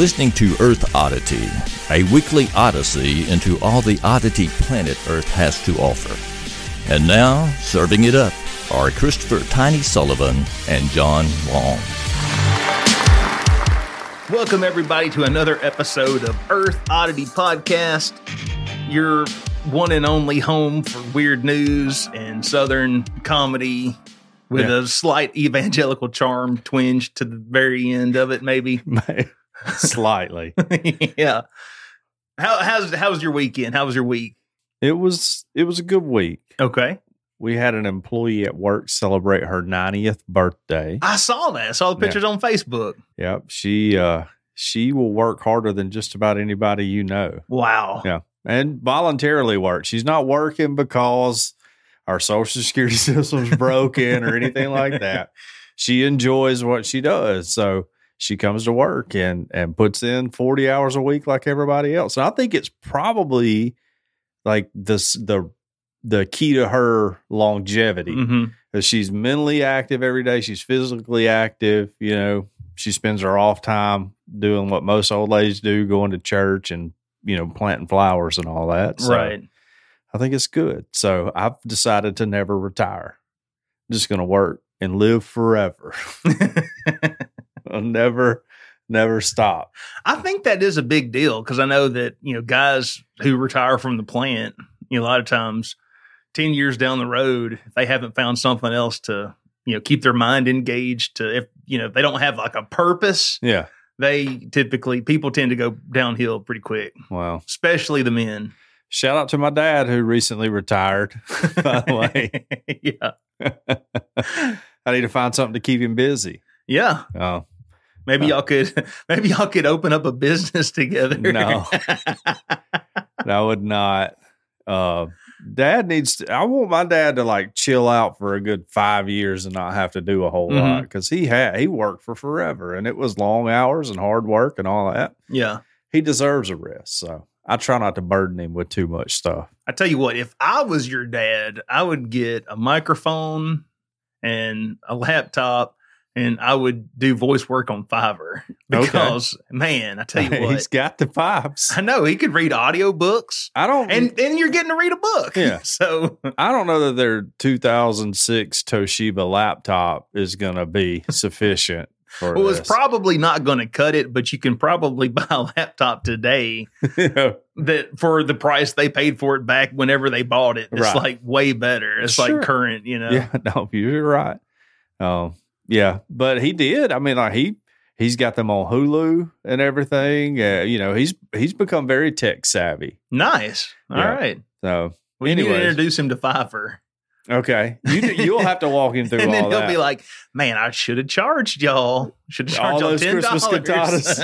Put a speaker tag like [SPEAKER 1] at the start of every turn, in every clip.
[SPEAKER 1] listening to Earth Oddity, a weekly odyssey into all the oddity planet Earth has to offer. And now, serving it up are Christopher Tiny Sullivan and John Long.
[SPEAKER 2] Welcome, everybody, to another episode of Earth Oddity Podcast, your one and only home for weird news and Southern comedy with
[SPEAKER 3] Yeah.
[SPEAKER 2] a slight evangelical charm twinge to the very end of it, maybe.
[SPEAKER 3] Slightly.
[SPEAKER 2] yeah. How, how's, how's your weekend? How was your week?
[SPEAKER 3] it was it was a good week.
[SPEAKER 2] Okay.
[SPEAKER 3] We had an employee at work celebrate her 90th birthday.
[SPEAKER 2] I saw that. I saw the
[SPEAKER 3] Yeah.
[SPEAKER 2] pictures on Facebook.
[SPEAKER 3] Yep, she uh she will work harder than just about anybody you know.
[SPEAKER 2] Wow.
[SPEAKER 3] Yeah. And voluntarily work. She's not working because our social security system's broken or anything like that. She enjoys what she does. So she comes to work and and puts in 40 hours a week like everybody else. And I think it's probably like this the the key to her longevity
[SPEAKER 2] hmm
[SPEAKER 3] that she's mentally active every day. She's physically active. You know, she spends her off time doing what most old ladies do, going to church and you know planting flowers and all that. So
[SPEAKER 2] Right.
[SPEAKER 3] I think it's good. So I've decided to never retire. I'm just going to work and live forever. I'll never, never stop.
[SPEAKER 2] I think that is a big deal because I know that you know guys who retire from the plant, you know, a lot of times, ten years down the road, if they haven't found something else to you know keep their mind engaged, to if you know if they don't have like a purpose,
[SPEAKER 3] Yeah.
[SPEAKER 2] they typically people tend to go downhill pretty quick,
[SPEAKER 3] Well,
[SPEAKER 2] especially the men.
[SPEAKER 3] shout out to my dad who recently retired. By the way,
[SPEAKER 2] yeah,
[SPEAKER 3] I need to find something to keep him busy.
[SPEAKER 2] yeah.
[SPEAKER 3] Oh,
[SPEAKER 2] Maybe y'all could maybe y'all could open up a business together.
[SPEAKER 3] No. I would not. Uh, dad needs to, I want my dad to like chill out for a good five years and not have to do a whole
[SPEAKER 2] Mhm.
[SPEAKER 3] lot because he had, he worked for forever and it was long hours and hard work and all that.
[SPEAKER 2] yeah.
[SPEAKER 3] He deserves a rest. So I try not to burden him with too much stuff.
[SPEAKER 2] I tell you what, if I was your dad, I would get a microphone and a laptop and I would do voice work on Fiverr.
[SPEAKER 3] Okay.
[SPEAKER 2] Because man, I tell you
[SPEAKER 3] He's
[SPEAKER 2] what.
[SPEAKER 3] got the pipes.
[SPEAKER 2] I know he could read audiobooks
[SPEAKER 3] I don't,
[SPEAKER 2] and and you're getting to read a book.
[SPEAKER 3] Yeah.
[SPEAKER 2] So
[SPEAKER 3] I don't know that their 2006 Toshiba laptop is going to be sufficient for
[SPEAKER 2] well, it's
[SPEAKER 3] this.
[SPEAKER 2] probably not gonna cut it, but you can probably buy a laptop today that for the price they paid for it back whenever they bought it. It's
[SPEAKER 3] Right.
[SPEAKER 2] like way better. It's
[SPEAKER 3] Sure.
[SPEAKER 2] like current, you know.
[SPEAKER 3] Yeah, no, you're right. Um, yeah, but he did. I mean, like he he's got them on Hulu and everything. Uh, you know, he's he's become very tech savvy.
[SPEAKER 2] Nice. All right.
[SPEAKER 3] Yeah. So
[SPEAKER 2] We need to
[SPEAKER 3] Anyways.
[SPEAKER 2] introduce him to Fiverr.
[SPEAKER 3] okay, you do- you'll have to walk him through
[SPEAKER 2] and then
[SPEAKER 3] all
[SPEAKER 2] he'll
[SPEAKER 3] that.
[SPEAKER 2] be like, "Man, I should have charged y'all. Should have charged y'all
[SPEAKER 3] All those
[SPEAKER 2] ten
[SPEAKER 3] Christmas
[SPEAKER 2] dollars."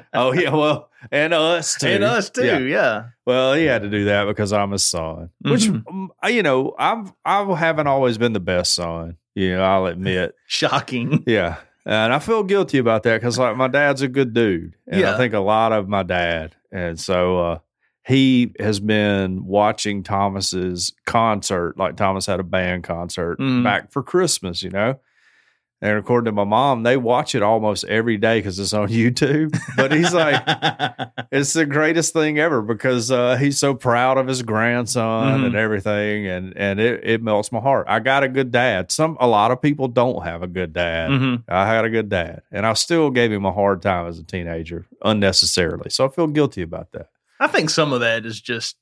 [SPEAKER 3] oh yeah, well, and us too,
[SPEAKER 2] and us too, yeah.
[SPEAKER 3] Yeah. Well, he had to do that because I'm his son, which
[SPEAKER 2] Mhm.
[SPEAKER 3] um, I- you know I've I haven't always been the best son. You know, I'll admit.
[SPEAKER 2] Shocking.
[SPEAKER 3] Yeah. And I feel guilty about that because like my dad's a good dude. And
[SPEAKER 2] Yeah.
[SPEAKER 3] I think a lot of my dad. And so uh he has been watching Thomas's concert, like Thomas had a band concert
[SPEAKER 2] Mm.
[SPEAKER 3] back for Christmas, you know. And according to my mom, they watch it almost every day because it's on YouTube. But he's like, it's the greatest thing ever because uh, he's so proud of his grandson
[SPEAKER 2] Mhm.
[SPEAKER 3] and everything, and and it, it melts my heart. I got a good dad. Some a lot of people don't have a good dad.
[SPEAKER 2] Mhm.
[SPEAKER 3] I had a good dad, and I still gave him a hard time as a teenager unnecessarily. So I feel guilty about that.
[SPEAKER 2] I think some of that is just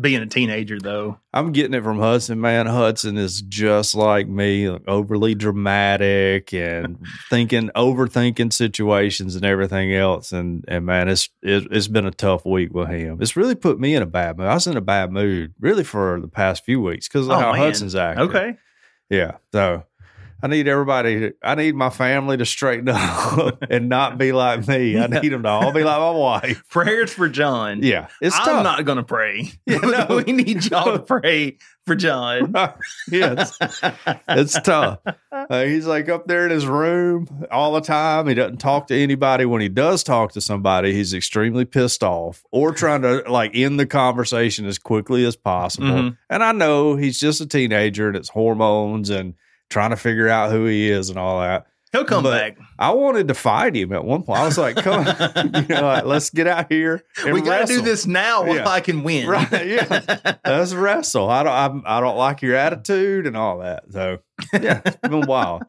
[SPEAKER 2] being a teenager, though.
[SPEAKER 3] I'm getting it from Hudson, man. Hudson is just like me, like, overly dramatic and thinking, overthinking situations and everything else. And and man, it's it, it's been a tough week with him. It's really put me in a bad mood. I was in a bad mood really for the past few weeks because of
[SPEAKER 2] Oh,
[SPEAKER 3] how
[SPEAKER 2] man.
[SPEAKER 3] Hudson's acting.
[SPEAKER 2] Okay,
[SPEAKER 3] Yeah. So I need everybody. To, I need my family to straighten up and not be like me.
[SPEAKER 2] Yeah.
[SPEAKER 3] I need them to all be like my wife.
[SPEAKER 2] prayers for John.
[SPEAKER 3] Yeah, it's
[SPEAKER 2] I'm
[SPEAKER 3] tough.
[SPEAKER 2] not gonna pray.
[SPEAKER 3] Yeah, no.
[SPEAKER 2] we need y'all to pray for John.
[SPEAKER 3] yes. it's tough. Uh, he's like up there in his room all the time. He doesn't talk to anybody. When he does talk to somebody, he's extremely pissed off or trying to like end the conversation as quickly as possible.
[SPEAKER 2] Mhm.
[SPEAKER 3] And I know he's just a teenager and it's hormones and trying to figure out who he is and all that.
[SPEAKER 2] He'll come
[SPEAKER 3] But-
[SPEAKER 2] back.
[SPEAKER 3] I wanted to fight him at one point. I was like, come on, you know, like, let's get out here. And
[SPEAKER 2] we got to do
[SPEAKER 3] wrestle.
[SPEAKER 2] this now while
[SPEAKER 3] Yeah.
[SPEAKER 2] I can win.
[SPEAKER 3] Right. Yeah. Let's wrestle. I don't. I'm, I don't like your attitude and all that. So yeah, it's been wild.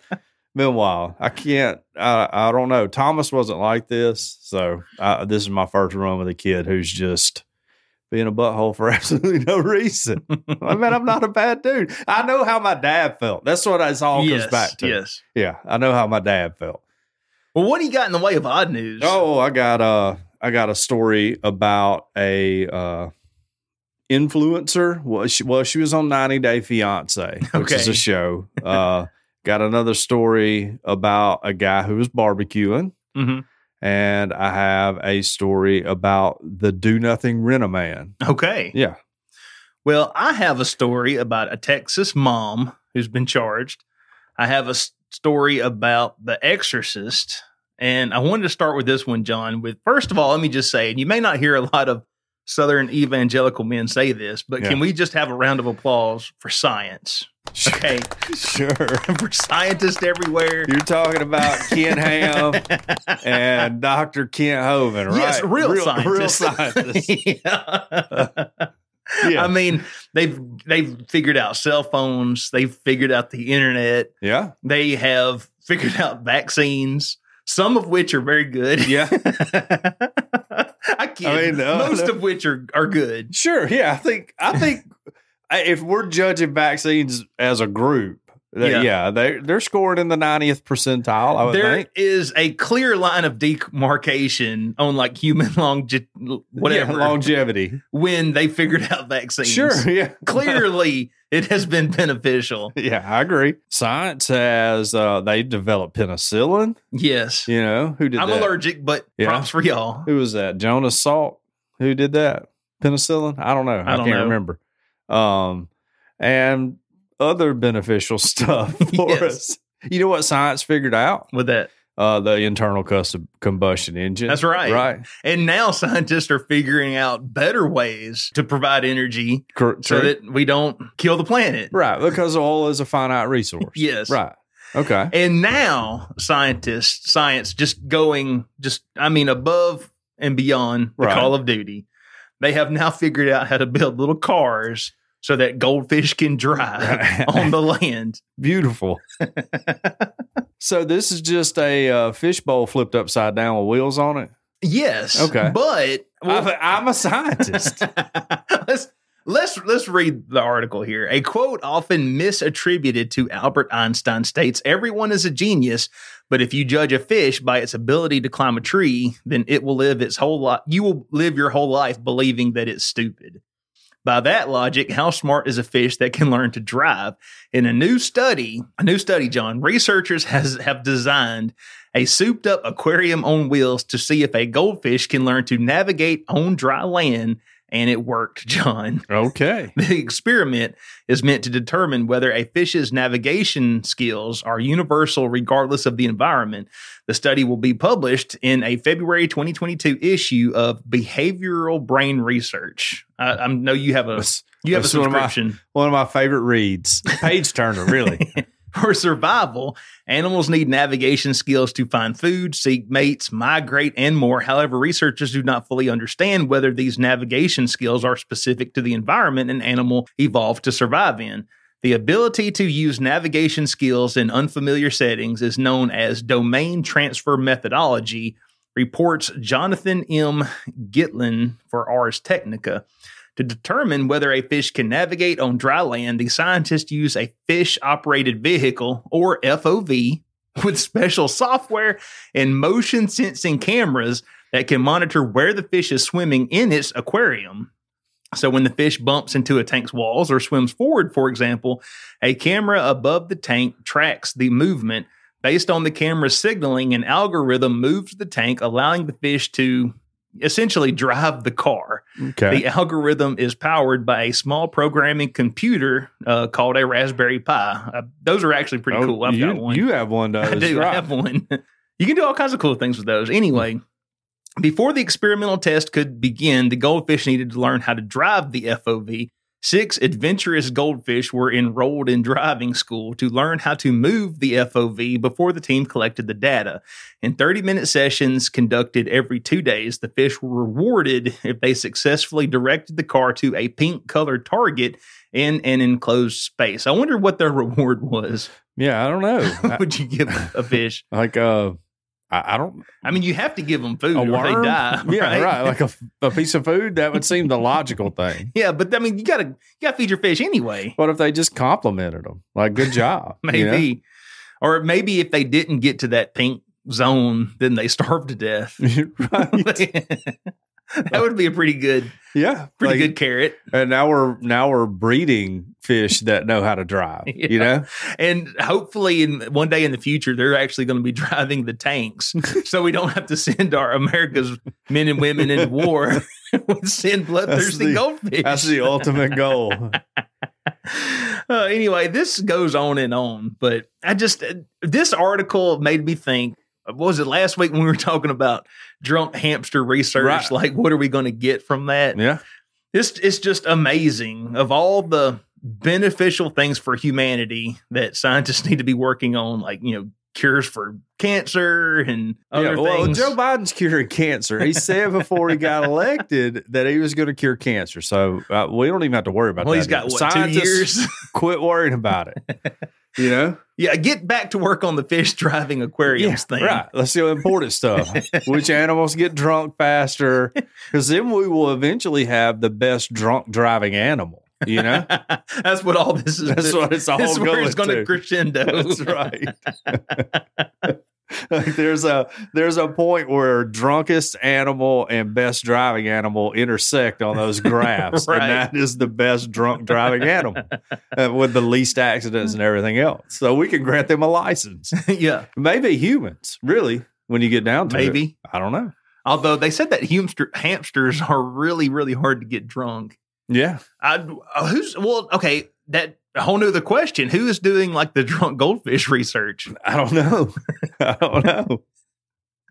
[SPEAKER 3] Been wild. I can't. I I don't know. Thomas wasn't like this. So I, this is my first run with a kid who's just being a butthole for absolutely no reason. I mean, I'm not a bad dude. I know how my dad felt. That's what it's all
[SPEAKER 2] yes.
[SPEAKER 3] comes back to.
[SPEAKER 2] Yes.
[SPEAKER 3] Yeah, I know how my dad felt.
[SPEAKER 2] Well, what do you got in the way of odd news?
[SPEAKER 3] Oh, I got a I got a story about a uh, influencer. Well she, well, she was on 90 Day Fiance, which is
[SPEAKER 2] Okay.
[SPEAKER 3] a show. Uh, got another story about a guy who was barbecuing,
[SPEAKER 2] Mhm.
[SPEAKER 3] and I have a story about the Do Nothing Rent a Man.
[SPEAKER 2] Okay.
[SPEAKER 3] Yeah,
[SPEAKER 2] Well, I have a story about a Texas mom who's been charged. I have a s- story about The Exorcist. And I wanted to start with this one, John. With first of all, let me just say, and you may not hear a lot of Southern evangelical men say this, but
[SPEAKER 3] Yeah.
[SPEAKER 2] can we just have a round of applause for science? Okay.
[SPEAKER 3] sure.
[SPEAKER 2] for scientists everywhere.
[SPEAKER 3] You're talking about Ken Ham and Dr. Kent Hovind, right?
[SPEAKER 2] Yes, real,
[SPEAKER 3] Real
[SPEAKER 2] scientists.
[SPEAKER 3] scientists.
[SPEAKER 2] Yeah.
[SPEAKER 3] Yeah.
[SPEAKER 2] I mean, they've they've figured out cell phones, they've figured out the internet,
[SPEAKER 3] yeah.
[SPEAKER 2] they have figured out vaccines, some of which are very good.
[SPEAKER 3] Yeah.
[SPEAKER 2] I kid.
[SPEAKER 3] I mean, no,
[SPEAKER 2] Most
[SPEAKER 3] no.
[SPEAKER 2] of which are, are good.
[SPEAKER 3] Sure. Yeah. I think, I think I- if we're judging vaccines as a group, they-
[SPEAKER 2] Yeah.
[SPEAKER 3] yeah, they, they're scored in the 90th percentile, I would
[SPEAKER 2] There
[SPEAKER 3] think.
[SPEAKER 2] is a clear line of demarcation on like human long whatever
[SPEAKER 3] Yeah, longevity.
[SPEAKER 2] when they figured out vaccines.
[SPEAKER 3] Sure. Yeah.
[SPEAKER 2] Clearly, it has been beneficial.
[SPEAKER 3] Yeah. I agree. Science has, uh, they developed penicillin,
[SPEAKER 2] Yes.
[SPEAKER 3] you know, who did
[SPEAKER 2] I'm
[SPEAKER 3] that?
[SPEAKER 2] allergic, but
[SPEAKER 3] Yeah.
[SPEAKER 2] props for y'all.
[SPEAKER 3] Who was that? Jonas Salk. Who did that? Penicillin? I don't know. I,
[SPEAKER 2] don't
[SPEAKER 3] can't
[SPEAKER 2] know.
[SPEAKER 3] remember. Um, and other beneficial stuff for
[SPEAKER 2] Yes.
[SPEAKER 3] us. You know what science figured out?
[SPEAKER 2] With that.
[SPEAKER 3] Uh, the internal cus- combustion engine.
[SPEAKER 2] That's right.
[SPEAKER 3] Right.
[SPEAKER 2] And now scientists are figuring out better ways to provide energy
[SPEAKER 3] Cor-
[SPEAKER 2] so
[SPEAKER 3] true.
[SPEAKER 2] that we don't kill the planet.
[SPEAKER 3] right because oil is a finite resource.
[SPEAKER 2] Yes.
[SPEAKER 3] Right. Okay.
[SPEAKER 2] And now scientists, science just going just I mean above and beyond the
[SPEAKER 3] Right.
[SPEAKER 2] call of duty. They have now figured out how to build little cars so that goldfish can drive on the land.
[SPEAKER 3] Beautiful. so this is just a uh, fishbowl flipped upside down with wheels on it.
[SPEAKER 2] Yes.
[SPEAKER 3] Okay.
[SPEAKER 2] But
[SPEAKER 3] I'm, I'm a scientist.
[SPEAKER 2] let's let's let's read the article here. A quote often misattributed to Albert Einstein states, "Everyone is a genius, but if you judge a fish by its ability to climb a tree, then it will live its whole life. You will live your whole life believing that it's stupid." By that logic, how smart is a fish that can learn to drive? In a new study, a new study, John, researchers has have designed a souped up aquarium on wheels to see if a goldfish can learn to navigate on dry land, and it worked, John.
[SPEAKER 3] okay.
[SPEAKER 2] The experiment is meant to determine whether a fish's navigation skills are universal regardless of the environment. The study will be published in a February 2022 issue of Behavioral Brain Research. I, I know you have a
[SPEAKER 3] That's-
[SPEAKER 2] you have a
[SPEAKER 3] that's one of my-
[SPEAKER 2] subscription.
[SPEAKER 3] one of my favorite reads. Page turner, really.
[SPEAKER 2] For survival, animals need navigation skills to find food, seek mates, migrate, and more. However, researchers do not fully understand whether these navigation skills are specific to the environment an animal evolved to survive in. The ability to use navigation skills in unfamiliar settings is known as domain transfer methodology, reports Jonathan M. Gitlin for Ars Technica. To determine whether a fish can navigate on dry land, the scientists use a fish operated vehicle or FOV with special software and motion sensing cameras that can monitor where the fish is swimming in its aquarium. So, when the fish bumps into a tank's walls or swims forward, for example, a camera above the tank tracks the movement. Based on the camera's signaling, an algorithm moves the tank, allowing the fish to essentially drive the car.
[SPEAKER 3] Okay.
[SPEAKER 2] The algorithm is powered by a small programming computer uh, called a Raspberry Pi. Uh, those are actually pretty
[SPEAKER 3] Oh,
[SPEAKER 2] cool. I've
[SPEAKER 3] you,
[SPEAKER 2] got one.
[SPEAKER 3] You have one, though.
[SPEAKER 2] I do
[SPEAKER 3] right.
[SPEAKER 2] have one. You can do all kinds of cool things with those. Anyway, before the experimental test could begin, the goldfish needed to learn how to drive the FOV. Six adventurous goldfish were enrolled in driving school to learn how to move the FOV before the team collected the data. In 30 minute sessions conducted every two days, the fish were rewarded if they successfully directed the car to a pink colored target in an enclosed space. I wonder what their reward was.
[SPEAKER 3] Yeah, I don't know. I-
[SPEAKER 2] Would you give a- a fish?
[SPEAKER 3] like uh I, I don't
[SPEAKER 2] I mean, you have to give them food
[SPEAKER 3] a
[SPEAKER 2] or
[SPEAKER 3] worm?
[SPEAKER 2] they die.
[SPEAKER 3] Yeah,
[SPEAKER 2] right?
[SPEAKER 3] right. Like a, a piece of food, that would seem the logical thing.
[SPEAKER 2] yeah, but I mean, you gotta you gotta feed your fish anyway.
[SPEAKER 3] What if they just complimented them? Like, good job. you know?
[SPEAKER 2] maybe or maybe if they didn't get to that pink zone then they starved to death
[SPEAKER 3] right.
[SPEAKER 2] that would be a pretty good
[SPEAKER 3] Yeah.
[SPEAKER 2] pretty
[SPEAKER 3] Like,
[SPEAKER 2] good carrot
[SPEAKER 3] And now we're now we're breeding fish that know how to drive.
[SPEAKER 2] Yeah.
[SPEAKER 3] You know?
[SPEAKER 2] and hopefully in one day in the future they're actually going to be driving the tanks so we don't have to send our america's men and women into war we send bloodthirsty
[SPEAKER 3] the-
[SPEAKER 2] goldfish
[SPEAKER 3] That's the ultimate goal.
[SPEAKER 2] uh, anyway, this goes on and on, but I just uh, this article made me think. uh, What was it last week when we were talking about drunk hamster research?
[SPEAKER 3] Right.
[SPEAKER 2] Like, what are we going to get from that?
[SPEAKER 3] Yeah.
[SPEAKER 2] This it's just amazing of all the beneficial things for humanity that scientists need to be working on, like you know cures for cancer and other
[SPEAKER 3] yeah. Well,
[SPEAKER 2] things.
[SPEAKER 3] Joe Biden's curing cancer. He said before he got elected that he was going to cure cancer. So uh, we don't even have to worry about
[SPEAKER 2] well,
[SPEAKER 3] that.
[SPEAKER 2] he's got
[SPEAKER 3] anymore.
[SPEAKER 2] what two
[SPEAKER 3] Scientists,
[SPEAKER 2] years.
[SPEAKER 3] Quit worrying about it. You know?
[SPEAKER 2] yeah, get back to work on the fish driving aquariums thing.
[SPEAKER 3] Right. Let's do important stuff. Which animals get drunk faster? Because then we will eventually have the best drunk driving animal. You know,
[SPEAKER 2] That's what all this is.
[SPEAKER 3] that's what it's all
[SPEAKER 2] That's where
[SPEAKER 3] going
[SPEAKER 2] it's going to
[SPEAKER 3] to.
[SPEAKER 2] crescendo.
[SPEAKER 3] That's right. like there's a there's a point where drunkest animal and best driving animal intersect on those graphs,
[SPEAKER 2] Right.
[SPEAKER 3] and that is the best drunk driving animal uh, with the least accidents and everything else. So we can grant them a license.
[SPEAKER 2] yeah,
[SPEAKER 3] Maybe humans, really. When you get down to it.
[SPEAKER 2] maybe.
[SPEAKER 3] I don't know.
[SPEAKER 2] Although they said that hamster, hamsters are really, really hard to get drunk.
[SPEAKER 3] Yeah.
[SPEAKER 2] I who's well, okay, that a whole nother question. Who is doing like the drunk goldfish research?
[SPEAKER 3] I don't know. I don't know.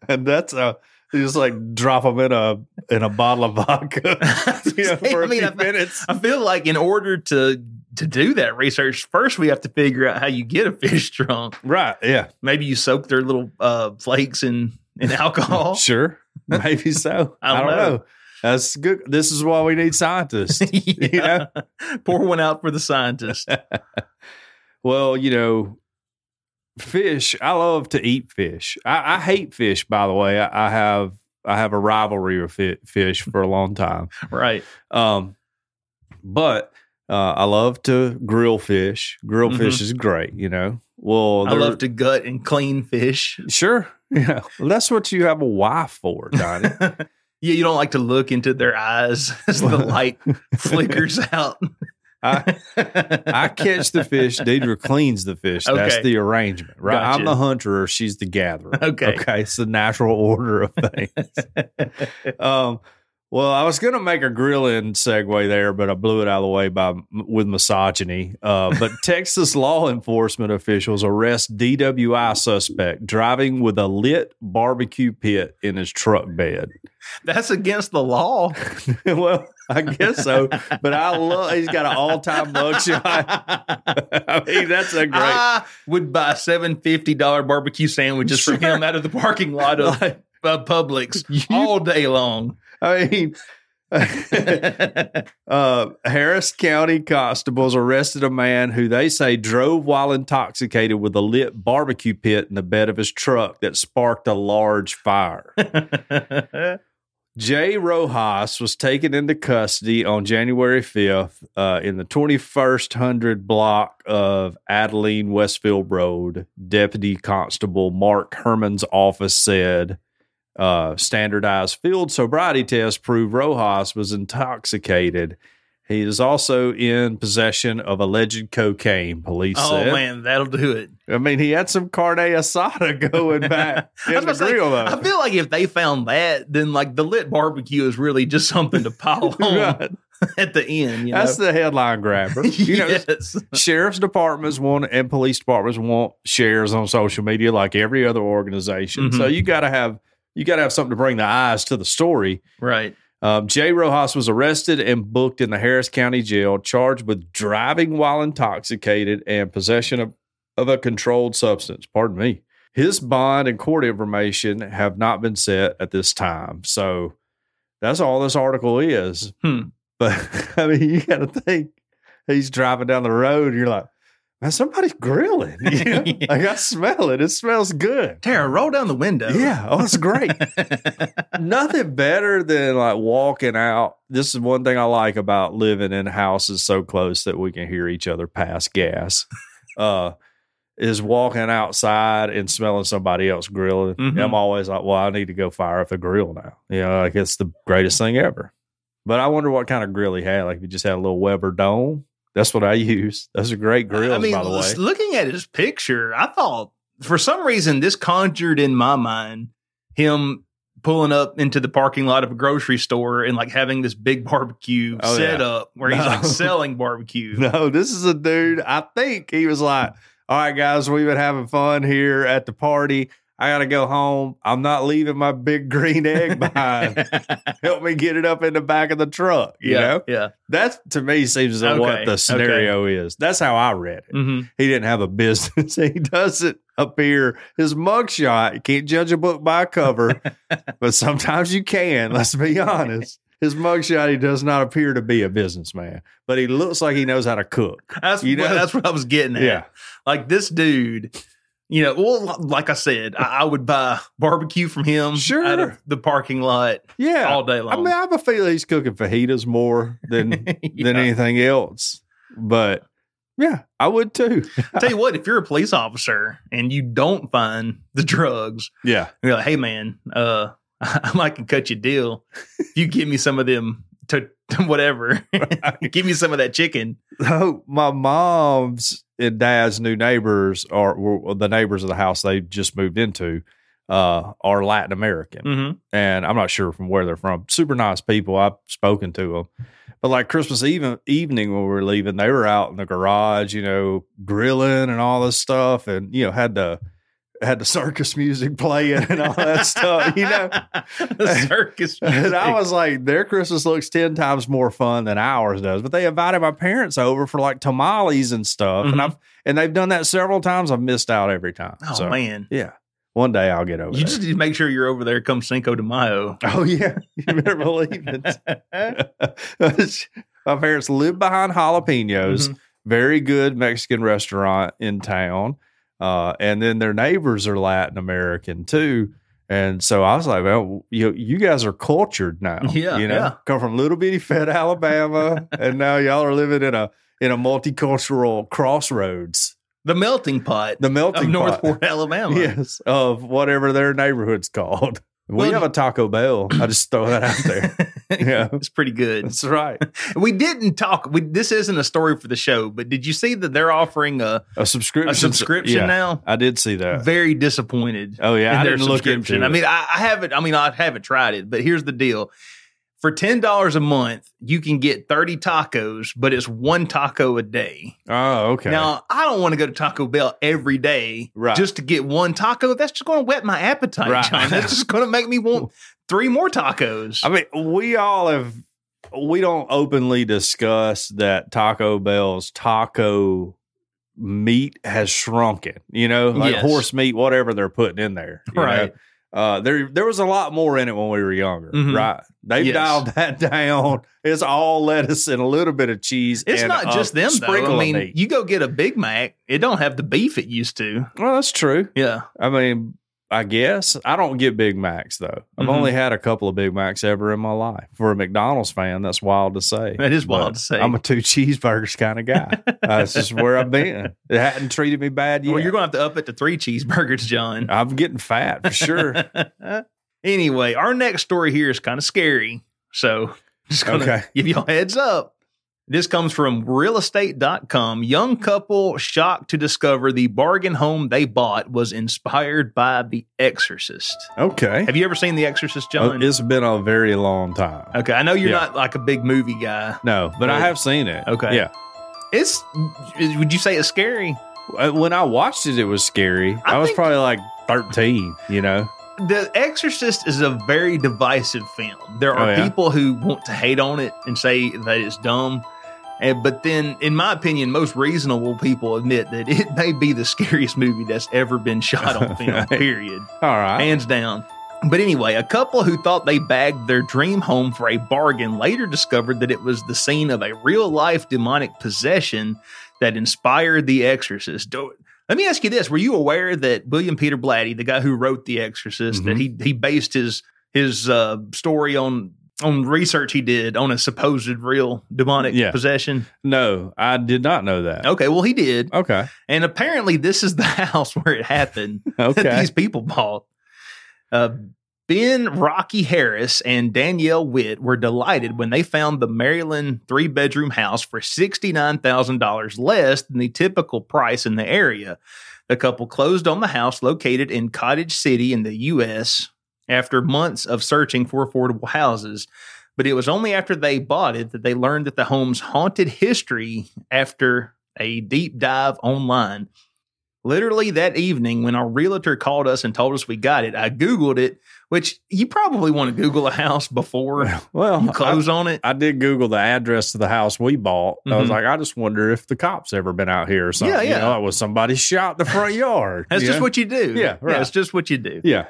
[SPEAKER 3] And that's a you just like drop them in a in a bottle of vodka you know, for
[SPEAKER 2] I
[SPEAKER 3] a
[SPEAKER 2] mean,
[SPEAKER 3] few
[SPEAKER 2] I,
[SPEAKER 3] minutes.
[SPEAKER 2] I feel like in order to to do that research, first we have to figure out how you get a fish drunk.
[SPEAKER 3] Right. Yeah.
[SPEAKER 2] Maybe you soak their little uh, flakes in in alcohol.
[SPEAKER 3] Sure. Maybe so.
[SPEAKER 2] Oh. I
[SPEAKER 3] I
[SPEAKER 2] don't
[SPEAKER 3] don't,
[SPEAKER 2] know.
[SPEAKER 3] know. That's good. This is why we need scientists.
[SPEAKER 2] yeah. Pour one out for the scientist.
[SPEAKER 3] well, you know, fish. I love to eat fish. I, I hate fish. By the way, I, I have I have a rivalry with fi- fish for a long time.
[SPEAKER 2] right.
[SPEAKER 3] Um, but uh, I love to grill fish. Grill
[SPEAKER 2] Mhm.
[SPEAKER 3] fish is great, you know. Well,
[SPEAKER 2] I
[SPEAKER 3] there-
[SPEAKER 2] love to gut and clean fish.
[SPEAKER 3] Sure, yeah. Well, that's what you have a wife for, Donnie.
[SPEAKER 2] yeah, you don't like to look into their eyes as the light flickers out.
[SPEAKER 3] I, I catch the fish. Deidre cleans the fish. That's
[SPEAKER 2] Okay.
[SPEAKER 3] the arrangement, right?
[SPEAKER 2] Gotcha.
[SPEAKER 3] I'm the hunter. She's the gatherer.
[SPEAKER 2] Okay.
[SPEAKER 3] okay. It's the natural order of things. um, well, I was gonna make a grilling segue there, but I blew it out of the way by with misogyny. Uh, but Texas law enforcement officials arrest DWI suspect driving with a lit barbecue pit in his truck bed.
[SPEAKER 2] That's against the law.
[SPEAKER 3] well, I guess so. But I love he's got an all time mugshot. I mean, that's a great.
[SPEAKER 2] I would buy seven fifty dollar barbecue sandwiches from him out of the parking lot of
[SPEAKER 3] Like,
[SPEAKER 2] uh, Publix all day long.
[SPEAKER 3] I mean. Uh, Harris County constables arrested a man who they say drove while intoxicated with a lit barbecue pit in the bed of his truck that sparked a large fire. Jay Rojas was taken into custody on January 5th uh, in the 21st hundred block of Adeline Westfield Road. Deputy Constable Mark Herman's office said uh, standardized field sobriety tests prove Rojas was intoxicated. He is also in possession of alleged cocaine, police
[SPEAKER 2] oh
[SPEAKER 3] said.
[SPEAKER 2] man, that'll do it.
[SPEAKER 3] I mean, he had some carne asada going back
[SPEAKER 2] I was
[SPEAKER 3] in the
[SPEAKER 2] about to say,
[SPEAKER 3] grill, though.
[SPEAKER 2] I feel like if they found that, then like the lit barbecue is really just something to pile on
[SPEAKER 3] Right.
[SPEAKER 2] at the end. You know?
[SPEAKER 3] That's the headline grabber. You know,
[SPEAKER 2] yes.
[SPEAKER 3] sheriff's departments want and police departments want shares on social media like every other organization.
[SPEAKER 2] Mhm.
[SPEAKER 3] So you got to have you got to have something to bring the eyes to the story.
[SPEAKER 2] Right.
[SPEAKER 3] Um, Jay Rojas was arrested and booked in the Harris County Jail, charged with driving while intoxicated and possession of, of a controlled substance. Pardon me. His bond and court information have not been set at this time. So that's all this article is.
[SPEAKER 2] Hmm.
[SPEAKER 3] But I mean, you got to think he's driving down the road. And you're like, man, somebody's grilling. You know?
[SPEAKER 2] Yeah.
[SPEAKER 3] Like I smell it. It smells good.
[SPEAKER 2] Tara, roll down the window.
[SPEAKER 3] Yeah. Oh, it's great. Nothing better than like walking out. This is one thing I like about living in houses so close that we can hear each other pass gas. Uh, is walking outside and smelling somebody else grilling.
[SPEAKER 2] Mhm.
[SPEAKER 3] I'm always like, well, I need to go fire up the grill now. You know, like it's the greatest thing ever. But I wonder what kind of grill he had. Like if he just had a little Weber dome. That's what I use. Those are great grills,
[SPEAKER 2] I mean,
[SPEAKER 3] by the way.
[SPEAKER 2] just looking at his picture, I thought for some reason this conjured in my mind him pulling up into the parking lot of a grocery store and like having this big barbecue
[SPEAKER 3] Oh, yeah.
[SPEAKER 2] set up where he's like
[SPEAKER 3] No.
[SPEAKER 2] selling barbecue.
[SPEAKER 3] No, this is a dude. I think he was like, "All right, guys, we've been having fun here at the party. I gotta go home. I'm not leaving my big green egg behind. Help me get it up in the back of the truck." You
[SPEAKER 2] yeah,
[SPEAKER 3] know,
[SPEAKER 2] yeah.
[SPEAKER 3] that to me seems to
[SPEAKER 2] Okay,
[SPEAKER 3] what
[SPEAKER 2] okay.
[SPEAKER 3] the scenario is. That's how I read it.
[SPEAKER 2] hmm
[SPEAKER 3] He didn't have a business. he doesn't appear his mugshot. You can't judge a book by a cover, but sometimes you can. Let's be honest. His mugshot, he does not appear to be a businessman, but he looks like he knows how to cook.
[SPEAKER 2] That's
[SPEAKER 3] You
[SPEAKER 2] what,
[SPEAKER 3] know-
[SPEAKER 2] that's what I was getting at. Like this dude, you know, well, like I said, I, I would buy barbecue from him
[SPEAKER 3] Sure.
[SPEAKER 2] out of the parking lot
[SPEAKER 3] Yeah.
[SPEAKER 2] all day long.
[SPEAKER 3] I mean, I have a feeling he's cooking fajitas more than
[SPEAKER 2] Yeah.
[SPEAKER 3] than anything else. But yeah, I would too.
[SPEAKER 2] Tell you what, if you're a police officer and you don't find the drugs,
[SPEAKER 3] Yeah.
[SPEAKER 2] you're like, hey man, uh, I might can cut you a deal. If you give me some of them to whatever, give me some of that chicken.
[SPEAKER 3] Oh, my mom's and dad's new neighbors are were the neighbors of the house they just moved into uh, are Latin American.
[SPEAKER 2] Mm-hmm.
[SPEAKER 3] and I'm not sure from where they're from. Super nice people. I've spoken to them. But like Christmas even evening when we were leaving, they were out in the garage, you know, grilling and all this stuff, and you know had the had the circus music playing and all that stuff, Uh, you know.
[SPEAKER 2] the circus.
[SPEAKER 3] And I
[SPEAKER 2] music.
[SPEAKER 3] was like, their Christmas looks ten times more fun than ours does. But they invited my parents over for like tamales and stuff, and
[SPEAKER 2] Mhm.
[SPEAKER 3] I've and they've done that several times. I've missed out every time.
[SPEAKER 2] oh
[SPEAKER 3] So,
[SPEAKER 2] man,
[SPEAKER 3] yeah. One day I'll get over.
[SPEAKER 2] you
[SPEAKER 3] that.
[SPEAKER 2] just need to make sure you're over there come Cinco de Mayo.
[SPEAKER 3] Oh yeah, you better believe it. Mm-hmm. My parents live behind Jalapenos,
[SPEAKER 2] Mhm.
[SPEAKER 3] very good Mexican restaurant in town, uh, and then their neighbors are Latin American too. And so I was like, well, you you guys are cultured now.
[SPEAKER 2] Yeah,
[SPEAKER 3] you know,
[SPEAKER 2] yeah.
[SPEAKER 3] come from little bitty fed Alabama, and now y'all are living in a in a multicultural crossroads,
[SPEAKER 2] The melting pot
[SPEAKER 3] the
[SPEAKER 2] of
[SPEAKER 3] melting
[SPEAKER 2] North
[SPEAKER 3] pot.
[SPEAKER 2] Fort, Alabama.
[SPEAKER 3] Yes, of whatever their neighborhood's called. We
[SPEAKER 2] Well,
[SPEAKER 3] have a Taco Bell. I just throw that out there. Yeah.
[SPEAKER 2] it's pretty good.
[SPEAKER 3] That's right.
[SPEAKER 2] We didn't talk. We, this isn't a story for the show, but did you see that they're offering a,
[SPEAKER 3] A subscription.
[SPEAKER 2] a subscription
[SPEAKER 3] Yeah,
[SPEAKER 2] now?
[SPEAKER 3] I did see that.
[SPEAKER 2] Very disappointed.
[SPEAKER 3] Oh yeah,
[SPEAKER 2] in
[SPEAKER 3] I
[SPEAKER 2] their
[SPEAKER 3] didn't look
[SPEAKER 2] subscription.
[SPEAKER 3] into.
[SPEAKER 2] I mean, I, I haven't. I mean, I haven't tried it, but here's the deal: for ten dollars a month, you can get thirty tacos, but it's one taco a day.
[SPEAKER 3] it. oh okay.
[SPEAKER 2] Now, I don't want to go to Taco Bell every day
[SPEAKER 3] Right.
[SPEAKER 2] just to get one taco. That's just going to whet my appetite,
[SPEAKER 3] Right.
[SPEAKER 2] John. That's just going to make me want three more tacos.
[SPEAKER 3] I mean, we all have. We don't openly discuss that Taco Bell's taco meat has shrunken. You know, like
[SPEAKER 2] Yes.
[SPEAKER 3] horse meat, whatever they're putting in there. you know?
[SPEAKER 2] Right.
[SPEAKER 3] Uh, there, there was a lot more in it when we were younger,
[SPEAKER 2] Mhm.
[SPEAKER 3] right? They
[SPEAKER 2] Yes.
[SPEAKER 3] dialed that down. It's all lettuce and a little bit of cheese.
[SPEAKER 2] It's
[SPEAKER 3] and
[SPEAKER 2] not
[SPEAKER 3] a
[SPEAKER 2] just them
[SPEAKER 3] sprinkle
[SPEAKER 2] though. I
[SPEAKER 3] of
[SPEAKER 2] mean,
[SPEAKER 3] meat.
[SPEAKER 2] you go get a Big Mac, it don't have the beef it used to.
[SPEAKER 3] well, that's true.
[SPEAKER 2] Yeah.
[SPEAKER 3] I mean, I guess I don't get Big Macs though. I've
[SPEAKER 2] Mhm.
[SPEAKER 3] only had a couple of Big Macs ever in my life. For a McDonald's fan, that's wild to say.
[SPEAKER 2] That is wild
[SPEAKER 3] But
[SPEAKER 2] to say.
[SPEAKER 3] I'm a two cheeseburgers kind of guy. that's just where I've been. It hadn't treated me bad yet.
[SPEAKER 2] Well, you're going to have to up it to three cheeseburgers, John.
[SPEAKER 3] I'm getting fat for sure.
[SPEAKER 2] anyway, our next story here is kind of scary. So just gonna
[SPEAKER 3] Okay.
[SPEAKER 2] give y'all a heads up. This comes from realestate.com. Young couple shocked to discover the bargain home they bought was inspired by The Exorcist.
[SPEAKER 3] okay.
[SPEAKER 2] Have you ever seen The Exorcist,
[SPEAKER 3] Oh,
[SPEAKER 2] John?
[SPEAKER 3] It's been a very long time.
[SPEAKER 2] okay. I know you're
[SPEAKER 3] Yeah.
[SPEAKER 2] not like a big movie guy.
[SPEAKER 3] No, but I have seen it.
[SPEAKER 2] Oh. Okay.
[SPEAKER 3] Yeah.
[SPEAKER 2] It's, is- would you say it's scary?
[SPEAKER 3] Uh, When I watched it, it was scary. I, was
[SPEAKER 2] think-
[SPEAKER 3] probably like 13, you know?
[SPEAKER 2] The Exorcist is a very divisive film. There
[SPEAKER 3] Oh,
[SPEAKER 2] are
[SPEAKER 3] yeah?
[SPEAKER 2] people who want to hate on it and say that it's dumb. And, but then, in my opinion, most reasonable people admit that it may be the scariest movie that's ever been shot on film,
[SPEAKER 3] Right.
[SPEAKER 2] period.
[SPEAKER 3] All right.
[SPEAKER 2] Hands down. But anyway, a couple who thought they bagged their dream home for a bargain later discovered that it was the scene of a real life demonic possession that inspired The Exorcist. Do- Let me ask you this: Were you aware that William Peter Blatty, the guy who wrote The Exorcist, that he he based his his uh, story on on research he did on a supposed real demonic
[SPEAKER 3] Yeah.
[SPEAKER 2] possession?
[SPEAKER 3] no, I did not know that.
[SPEAKER 2] Okay, well he did,
[SPEAKER 3] Okay.
[SPEAKER 2] and apparently this is the house where it happened that
[SPEAKER 3] Okay.
[SPEAKER 2] these people bought. Uh, ben Rocky Harris and Danielle Witt were delighted when they found the Maryland three bedroom house for $69,000 less than the typical price in the area. The couple closed on the house located in Cottage City in the U.S. after months of searching for affordable houses. But it was only after they bought it that they learned that the home's haunted history after a deep dive online. Literally that evening, when our realtor called us and told us we got it, I Googled it, which you probably want to Google a house before
[SPEAKER 3] well,
[SPEAKER 2] you
[SPEAKER 3] I,
[SPEAKER 2] close on it.
[SPEAKER 3] I did Google the address of the house we bought. I was
[SPEAKER 2] Mhm.
[SPEAKER 3] like, I just wonder if the cops ever been out here or something.
[SPEAKER 2] Yeah,
[SPEAKER 3] You
[SPEAKER 2] yeah.
[SPEAKER 3] know, that was somebody shot in the front yard.
[SPEAKER 2] That's
[SPEAKER 3] you
[SPEAKER 2] just
[SPEAKER 3] know?
[SPEAKER 2] what you do.
[SPEAKER 3] Yeah, right.
[SPEAKER 2] That's just what you do.
[SPEAKER 3] Yeah.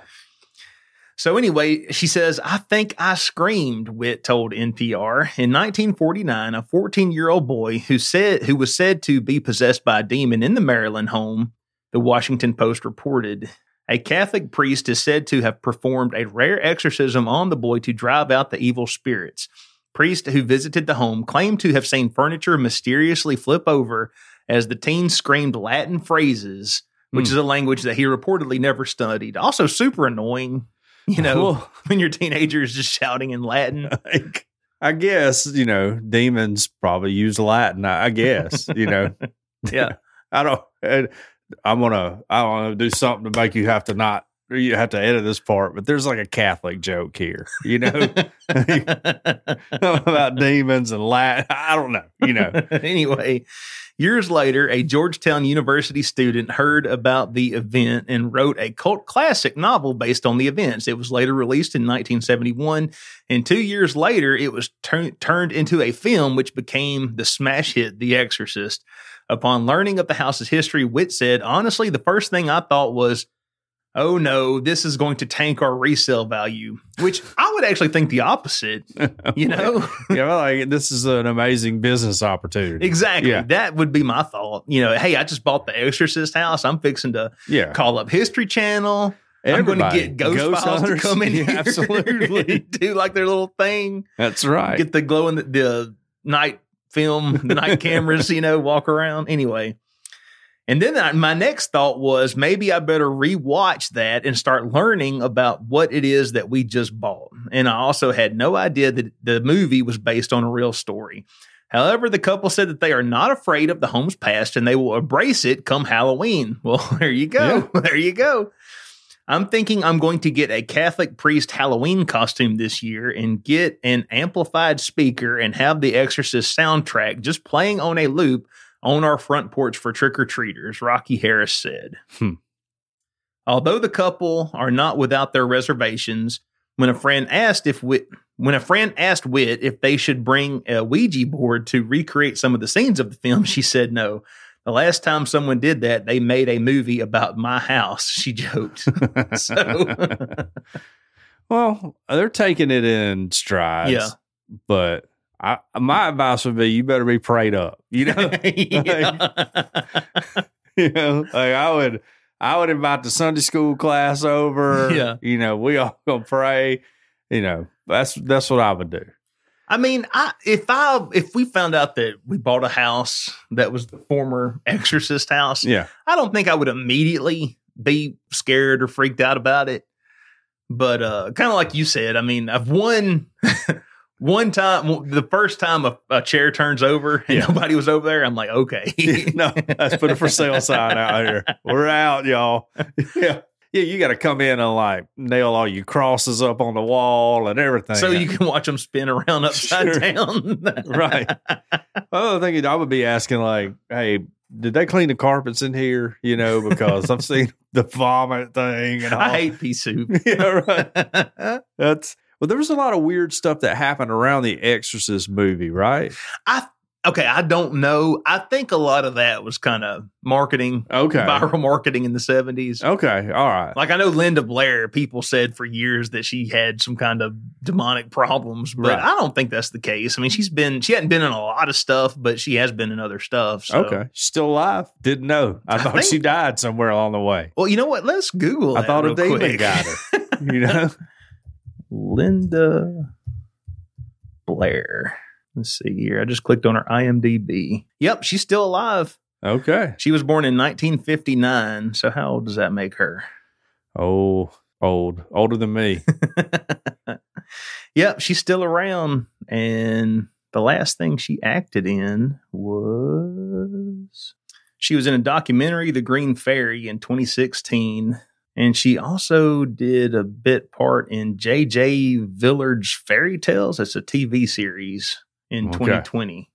[SPEAKER 2] So anyway, she says, I think I screamed, Witt told NPR. In 1949, a 14-year-old boy who said who was said to be possessed by a demon in the Maryland home, the Washington Post reported. A Catholic priest is said to have performed a rare exorcism on the boy to drive out the evil spirits. Priest who visited the home claimed to have seen furniture mysteriously flip over as the teen screamed Latin phrases, which
[SPEAKER 3] Hmm.
[SPEAKER 2] is a language that he reportedly never studied. Also super annoying, you know
[SPEAKER 3] Well,
[SPEAKER 2] when your teenager is just shouting in Latin.
[SPEAKER 3] like, I guess, you know, demons probably use Latin. I I guess, you know,
[SPEAKER 2] Yeah.
[SPEAKER 3] I don't, and I'm going to, I want to do something to make you have to not, you have to edit this part, but there's like a Catholic joke here, you know, about demons and Latin. I don't know, you know.
[SPEAKER 2] anyway, years later, a Georgetown University student heard about the event and wrote a cult classic novel based on the events. It was later released in 1971, and two years later, it was tur- turned into a film, which became the smash hit The Exorcist. Upon learning of the house's history, Witt said, Honestly, the first thing I thought was, Oh no, this is going to tank our resale value, which I would actually think the opposite, you know?
[SPEAKER 3] Yeah, well, like this is an amazing business opportunity.
[SPEAKER 2] Exactly.
[SPEAKER 3] Yeah.
[SPEAKER 2] That would be my thought. You know, hey, I just bought the Exorcist house. I'm fixing to
[SPEAKER 3] Yeah,
[SPEAKER 2] call up History Channel. I'm
[SPEAKER 3] Everybody.
[SPEAKER 2] going to get Ghost, Files
[SPEAKER 3] hunters.
[SPEAKER 2] to come in
[SPEAKER 3] Yeah,
[SPEAKER 2] here
[SPEAKER 3] absolutely.
[SPEAKER 2] and do like their little thing.
[SPEAKER 3] That's right.
[SPEAKER 2] Get the glow in the, the night film, the night cameras. You know, walk around anyway. And then I, my next thought was maybe I better rewatch that and start learning about what it is that we just bought. And I also had no idea that the movie was based on a real story. However, the couple said that they are not afraid of the home's past and they will embrace it come Halloween. Well, there you go. There you go. I'm thinking I'm going to get a Catholic priest Halloween costume this year and get an amplified speaker and have the Exorcist soundtrack just playing on a loop on our front porch for trick or treaters, Rocky Harris said.
[SPEAKER 3] Hmm.
[SPEAKER 2] Although the couple are not without their reservations, when a friend asked if Whit, when a friend asked Wit if they should bring a Ouija board to recreate some of the scenes of the film, she said no. The last time someone did that, they made a movie about my house. She joked. So-
[SPEAKER 3] well, they're taking it in strides.
[SPEAKER 2] Yeah.
[SPEAKER 3] but I, my advice would be you better be prayed up. You know,
[SPEAKER 2] yeah.
[SPEAKER 3] you know, like I would, I would invite the Sunday school class over.
[SPEAKER 2] Yeah.
[SPEAKER 3] you know, we all gonna pray. You know, that's that's what I would do.
[SPEAKER 2] I mean, I if I if we found out that we bought a house that was the former exorcist house,
[SPEAKER 3] Yeah,
[SPEAKER 2] I don't think I would immediately be scared or freaked out about it. But uh kind of like you said, I mean, I've won one time the first time a, a chair turns over and
[SPEAKER 3] Yeah.
[SPEAKER 2] nobody was over there, I'm like, okay.
[SPEAKER 3] no, let's put a for sale sign out here. We're out, y'all. Yeah. Yeah, you got to come in and like nail all your crosses up on the wall and everything.
[SPEAKER 2] so you can watch them spin around upside
[SPEAKER 3] Sure.
[SPEAKER 2] down.
[SPEAKER 3] right. Other thing is I would be asking, like, hey, did they clean the carpets in here? You know, because I've seen the vomit thing and all.
[SPEAKER 2] I hate pea soup.
[SPEAKER 3] yeah, right. That's well. There was a lot of weird stuff that happened around the Exorcist movie, right?
[SPEAKER 2] okay, I don't know. I think a lot of that was kind of marketing,
[SPEAKER 3] Okay.
[SPEAKER 2] viral marketing in the 70s.
[SPEAKER 3] Okay. All right.
[SPEAKER 2] Like I know Linda Blair, people said for years that she had some kind of demonic problems, but
[SPEAKER 3] Right.
[SPEAKER 2] I don't think that's the case. I mean, she's been she hadn't been in a lot of stuff, but she has been in other stuff. So.
[SPEAKER 3] Okay. Still alive? Didn't know. I,
[SPEAKER 2] I
[SPEAKER 3] thought
[SPEAKER 2] think-
[SPEAKER 3] she died somewhere along the way.
[SPEAKER 2] Well, you know what? Let's Google.
[SPEAKER 3] I
[SPEAKER 2] that
[SPEAKER 3] thought a
[SPEAKER 2] real
[SPEAKER 3] demon
[SPEAKER 2] quick.
[SPEAKER 3] got her. You know?
[SPEAKER 2] Linda Blair. Let's see here. I just clicked on her IMDb. Yep, she's still alive.
[SPEAKER 3] Okay.
[SPEAKER 2] She was born in 1959. So how old does that make her?
[SPEAKER 3] Oh, old, older than me.
[SPEAKER 2] Yep, she's still around. And the last thing she acted in was she was in a documentary, The Green Fairy, in 2016. And she also did a bit part in J.J. Villard's Fairy Tales. That's a TV series in
[SPEAKER 3] Okay.
[SPEAKER 2] 2020.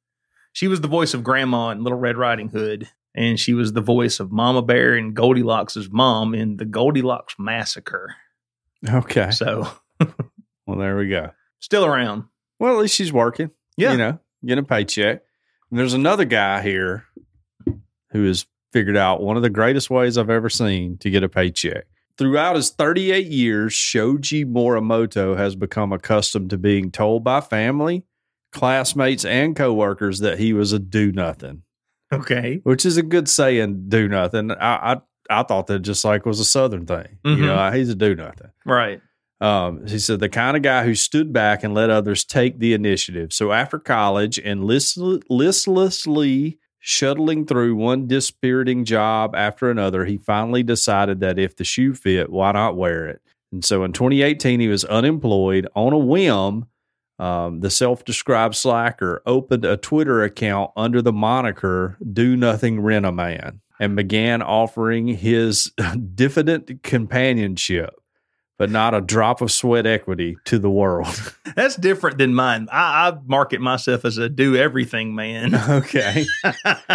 [SPEAKER 2] She was the voice of Grandma in Little Red Riding Hood. And she was the voice of Mama Bear and Goldilocks' mom in The Goldilocks Massacre.
[SPEAKER 3] Okay.
[SPEAKER 2] So
[SPEAKER 3] Well, there we go.
[SPEAKER 2] still around.
[SPEAKER 3] Well, at least she's working.
[SPEAKER 2] Yeah.
[SPEAKER 3] You know, getting a paycheck. And there's another guy here who has figured out one of the greatest ways I've ever seen to get a paycheck. Throughout his 38 years, Shoji Morimoto has become accustomed to being told by family, classmates, and coworkers that he was a do nothing,
[SPEAKER 2] Okay.
[SPEAKER 3] which is a good saying, do nothing. I, I, I thought that just like was a Southern thing. You know, he's a do nothing.
[SPEAKER 2] Right.
[SPEAKER 3] Um, he said the kind of guy who stood back and let others take the initiative. So after college and list- listlessly shuttling through one dispiriting job after another, he finally decided that if the shoe fit, why not wear it? And so in 2018, he was unemployed on a whim. Um, the self described slacker opened a Twitter account under the moniker Do Nothing Rent a Man and began offering his diffident companionship, but not a drop of sweat equity to the world.
[SPEAKER 2] That's different than mine. I, I market myself as a do everything man.
[SPEAKER 3] okay.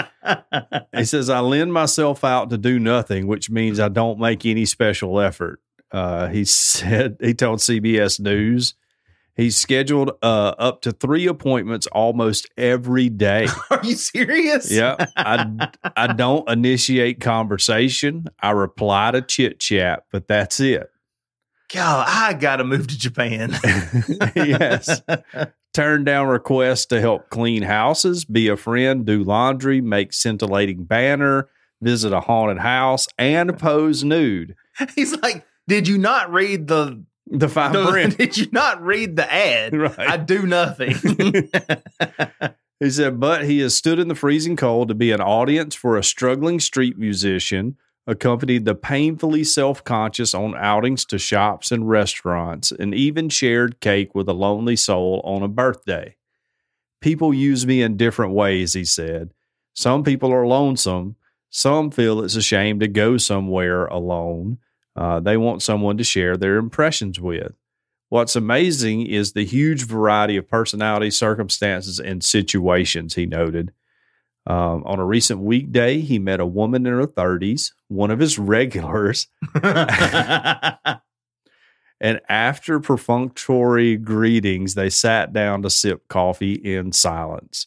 [SPEAKER 3] He says, I lend myself out to do nothing, which means I don't make any special effort. Uh, he said, he told CBS News he's scheduled uh, up to three appointments almost every day.
[SPEAKER 2] Are you serious?
[SPEAKER 3] yeah. I, I don't initiate conversation. I reply to chit chat, but that's it.
[SPEAKER 2] God, I gotta move to Japan.
[SPEAKER 3] yes. Turn down requests to help clean houses, be a friend, do laundry, make scintillating banner, visit a haunted house, and pose nude.
[SPEAKER 2] He's like, did you not read the?
[SPEAKER 3] The fine
[SPEAKER 2] the-
[SPEAKER 3] print.
[SPEAKER 2] did you not read the ad? I
[SPEAKER 3] Right.
[SPEAKER 2] do nothing.
[SPEAKER 3] He said, but he has stood in the freezing cold to be an audience for a struggling street musician, accompanied the painfully self conscious on outings to shops and restaurants, and even shared cake with a lonely soul on a birthday. People use me in different ways, he said. Some people are lonesome. Some feel it's a shame to go somewhere alone. Uh, they want someone to share their impressions with. What's amazing is the huge variety of personalities, circumstances, and situations, he noted. Um, on a recent weekday, he met a woman in her 30s, one of his regulars, and after perfunctory greetings, they sat down to sip coffee in silence.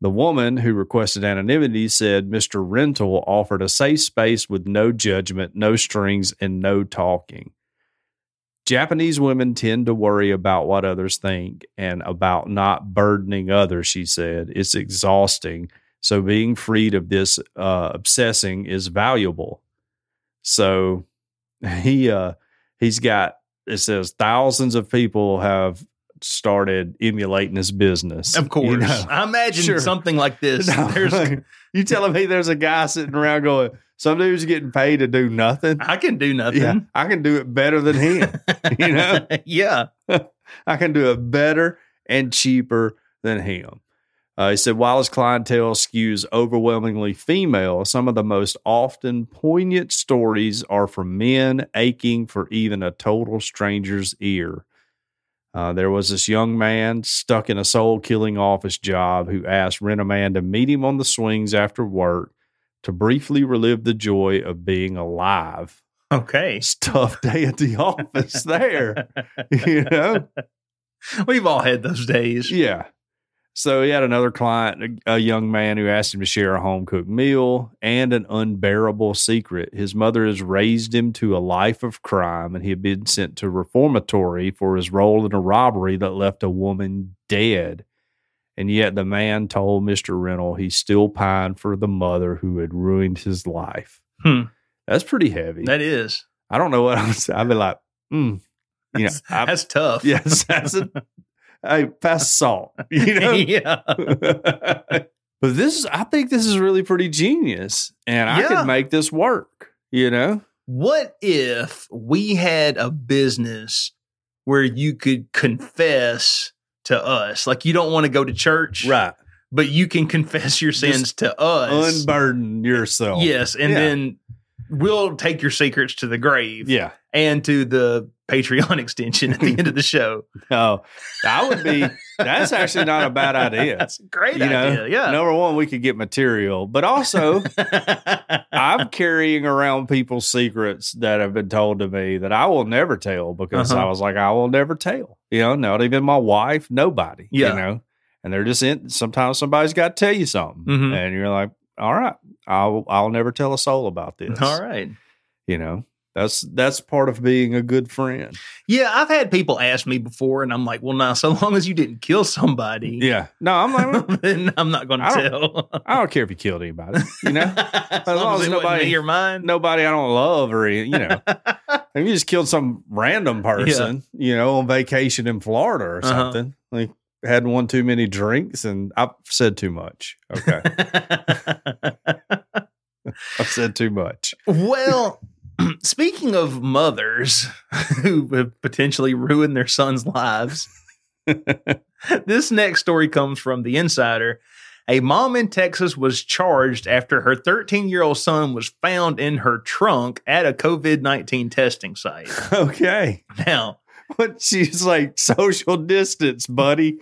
[SPEAKER 3] The woman who requested anonymity said Mr. Rental offered a safe space with no judgment, no strings, and no talking. Japanese women tend to worry about what others think and about not burdening others, she said. It's exhausting. So being freed of this uh, obsessing is valuable. So he uh, he's got it says thousands of people have started emulating his business.
[SPEAKER 2] of course.
[SPEAKER 3] You know?
[SPEAKER 2] I imagine
[SPEAKER 3] Sure.
[SPEAKER 2] something like this.
[SPEAKER 3] No,
[SPEAKER 2] There's,
[SPEAKER 3] like, you telling me there's a guy sitting around going, some dude's getting paid to do nothing.
[SPEAKER 2] I can do
[SPEAKER 3] Yeah,
[SPEAKER 2] nothing.
[SPEAKER 3] I can do it better than him. You know?
[SPEAKER 2] yeah.
[SPEAKER 3] I can do it better and cheaper than him. Uh, he said, while his clientele skews overwhelmingly female, some of the most often poignant stories are from men aching for even a total stranger's ear. Uh, there was this young man stuck in a soul killing office job who asked Rent a Man to meet him on the swings after work to briefly relive the joy of being alive.
[SPEAKER 2] Okay.
[SPEAKER 3] It's a tough day at the office there, you know?
[SPEAKER 2] We've all had those days.
[SPEAKER 3] Yeah. So he had another client, a, a young man who asked him to share a home cooked meal and an unbearable secret. His mother has raised him to a life of crime, and he had been sent to reformatory for his role in a robbery that left a woman dead. And yet the man told Mr. Rennell he still pined for the mother who had ruined his life.
[SPEAKER 2] Hmm.
[SPEAKER 3] That's pretty heavy.
[SPEAKER 2] That is.
[SPEAKER 3] I don't know what I would say. I'd be like, mm, you know,
[SPEAKER 2] That's,
[SPEAKER 3] I-
[SPEAKER 2] that's tough.
[SPEAKER 3] yes, that's a, hey, pass salt, you know?
[SPEAKER 2] yeah.
[SPEAKER 3] but this is I think this is really pretty genius. And I
[SPEAKER 2] Yeah.
[SPEAKER 3] could make this work, you know?
[SPEAKER 2] What if we had a business where you could confess to us? Like you don't want to go to church,
[SPEAKER 3] Right.
[SPEAKER 2] but you can confess your sins to us.
[SPEAKER 3] Unburden yourself.
[SPEAKER 2] yes, and
[SPEAKER 3] Yeah.
[SPEAKER 2] then we'll take your secrets to the grave
[SPEAKER 3] Yeah.
[SPEAKER 2] and to the Patreon extension at the end of the show.
[SPEAKER 3] No. I Oh, would be that's actually not a bad idea.
[SPEAKER 2] That's a great
[SPEAKER 3] You know,
[SPEAKER 2] idea. Yeah.
[SPEAKER 3] Number one, we could get material, but also I'm carrying around people's secrets that have been told to me that I will never tell because
[SPEAKER 2] Uh-huh.
[SPEAKER 3] I was like, I will never tell. You know, not even my wife, nobody.
[SPEAKER 2] Yeah.
[SPEAKER 3] You know, and they're just in. Sometimes somebody's got to tell you something,
[SPEAKER 2] Mhm.
[SPEAKER 3] and you're like, all right, I'll I'll never tell a soul about this.
[SPEAKER 2] All right.
[SPEAKER 3] You know, that's that's part of being a good friend.
[SPEAKER 2] Yeah, I've had people ask me before, and I'm like, well, now, so long as you didn't kill somebody,
[SPEAKER 3] Yeah. No, I'm like,
[SPEAKER 2] then I'm not going to
[SPEAKER 3] I don't-
[SPEAKER 2] tell.
[SPEAKER 3] I don't care if you killed anybody. You know.
[SPEAKER 2] as
[SPEAKER 3] long
[SPEAKER 2] long
[SPEAKER 3] as
[SPEAKER 2] as nobody
[SPEAKER 3] nobody-
[SPEAKER 2] in your mind.
[SPEAKER 3] nobody I don't love or any- you know, if you just killed some random person, you know, on vacation in Florida or
[SPEAKER 2] Uh-huh.
[SPEAKER 3] something, like had one too many drinks and I've said too much. Okay. I've said too much.
[SPEAKER 2] well, speaking of mothers who have potentially ruined their sons' lives, this next story comes from The Insider. A mom in Texas was charged after her 13 year old son was found in her trunk at a COVID 19 testing site.
[SPEAKER 3] Okay.
[SPEAKER 2] Now,
[SPEAKER 3] But she's like social distance, buddy.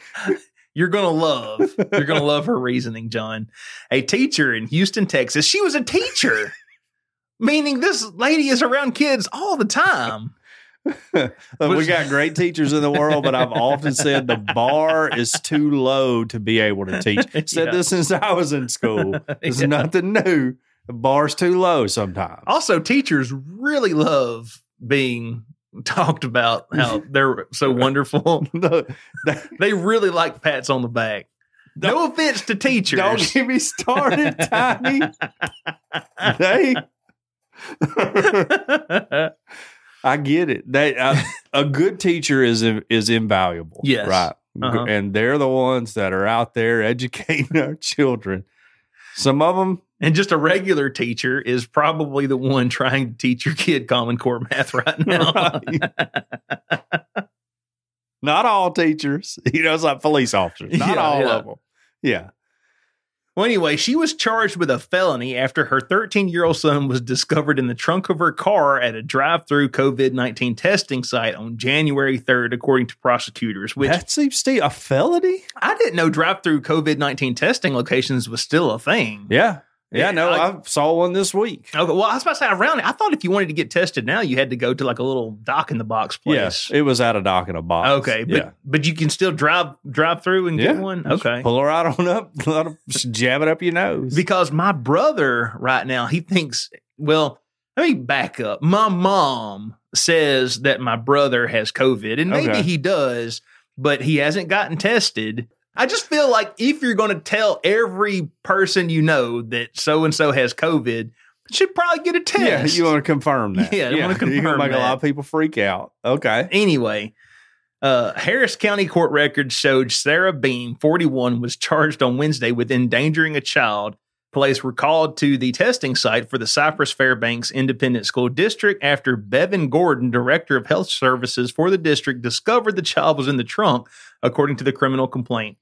[SPEAKER 2] You're going to love. You're going to love her reasoning, John. A teacher in Houston, Texas. She was a teacher. Meaning this lady is around kids all the time.
[SPEAKER 3] Look, Uh, we
[SPEAKER 2] Was-
[SPEAKER 3] got great teachers in the world, but I've often said the bar is too low to be able to teach. Said
[SPEAKER 2] Yeah.
[SPEAKER 3] this since I was in school. It's
[SPEAKER 2] Yeah. Oh.
[SPEAKER 3] nothing new. The bar's too low sometimes.
[SPEAKER 2] Also, teachers really love being talked about how they're so wonderful.
[SPEAKER 3] No, that-
[SPEAKER 2] They really like pats on the back. No offense to teachers.
[SPEAKER 3] Don't get me started, Tiny. they, I get it. They, I, a good teacher is is invaluable.
[SPEAKER 2] Yes.
[SPEAKER 3] right.
[SPEAKER 2] Uh-huh.
[SPEAKER 3] And they're the ones that are out there educating our children. Some of them,
[SPEAKER 2] and just a regular teacher is probably the one trying to teach your kid Common Core math right now.
[SPEAKER 3] not all teachers. You know, it's like police officers. Not
[SPEAKER 2] Yeah,
[SPEAKER 3] all
[SPEAKER 2] yeah.
[SPEAKER 3] of them. Yeah.
[SPEAKER 2] Well, anyway, she was charged with a felony after her 13 year old son was discovered in the trunk of her car at a drive through COVID 19 testing site on January 3rd, according to prosecutors, which
[SPEAKER 3] that seems to be a felony.
[SPEAKER 2] I didn't know drive through COVID 19 testing locations was still a thing.
[SPEAKER 3] Yeah.
[SPEAKER 2] Yeah,
[SPEAKER 3] Yeah. No,
[SPEAKER 2] I-
[SPEAKER 3] I saw one this week.
[SPEAKER 2] Okay, well, I was about to say around. I thought if you wanted to get tested now, you had to go to like a little dock in the box place.
[SPEAKER 3] Yes, it was out of dock in a box.
[SPEAKER 2] Okay, but but you can still drive drive through and get
[SPEAKER 3] Yeah.
[SPEAKER 2] one.
[SPEAKER 3] Just
[SPEAKER 2] Okay,
[SPEAKER 3] pull her out on up, let her just jab it up your nose.
[SPEAKER 2] because my brother right now he thinks well let me back up my mom says that my brother has covid and maybe
[SPEAKER 3] Okay.
[SPEAKER 2] he does but he hasn't gotten tested i just feel like if you're going to tell every person you know that so and so has covid you should probably get a
[SPEAKER 3] yeah,
[SPEAKER 2] test
[SPEAKER 3] you want to confirm that.
[SPEAKER 2] Yeah, I wanna
[SPEAKER 3] you
[SPEAKER 2] confirm
[SPEAKER 3] make
[SPEAKER 2] that.
[SPEAKER 3] a lot of people freak out. Okay,
[SPEAKER 2] anyway uh, Harris County court records showed Sarah Beam, 41, was charged on Wednesday with endangering a child. Police were called to the testing site for the Cypress Fairbanks Independent School District after Bevan Gordon, director of health services for the district, discovered the child was in the trunk, according to the criminal complaint.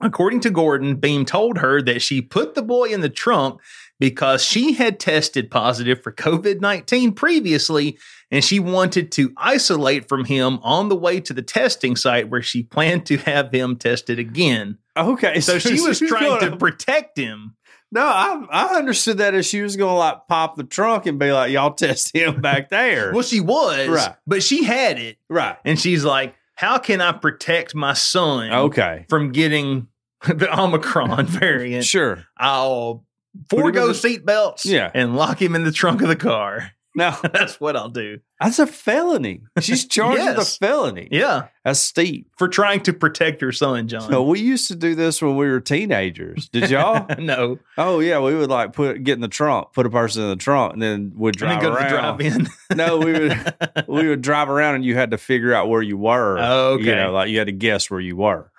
[SPEAKER 2] According to Gordon, Beam told her that she put the boy in the trunk because she had tested positive for COVID 19 previously and she wanted to isolate from him on the way to the testing site where she planned to have him tested again.
[SPEAKER 3] Okay,
[SPEAKER 2] So she was
[SPEAKER 3] she's
[SPEAKER 2] trying
[SPEAKER 3] gonna-
[SPEAKER 2] to protect him.
[SPEAKER 3] No, I I understood that as she was gonna like pop the trunk and be like, "Y'all test him back there."
[SPEAKER 2] Well, she was,
[SPEAKER 3] Right.
[SPEAKER 2] but she had it.
[SPEAKER 3] right?
[SPEAKER 2] And she's like, How can I protect my son
[SPEAKER 3] Okay,
[SPEAKER 2] from getting the Omicron variant?
[SPEAKER 3] sure.
[SPEAKER 2] I'll
[SPEAKER 3] him in
[SPEAKER 2] forego
[SPEAKER 3] the-
[SPEAKER 2] seatbelts
[SPEAKER 3] Yeah.
[SPEAKER 2] and lock him in the trunk of the car.
[SPEAKER 3] Now
[SPEAKER 2] That's what I'll do.
[SPEAKER 3] that's a felony. She's charged with
[SPEAKER 2] Yes.
[SPEAKER 3] a felony.
[SPEAKER 2] Yeah.
[SPEAKER 3] That's steep.
[SPEAKER 2] For trying to protect her son, John.
[SPEAKER 3] So we used to do this when we were teenagers. Did y'all?
[SPEAKER 2] no.
[SPEAKER 3] oh yeah, we would like put get in the trunk, put a person in the trunk, and then would
[SPEAKER 2] And then
[SPEAKER 3] drive
[SPEAKER 2] go to the
[SPEAKER 3] around.
[SPEAKER 2] drive in.
[SPEAKER 3] no, we would we would drive around, and you had to figure out where you were.
[SPEAKER 2] okay.
[SPEAKER 3] You know, like you had to guess where you were.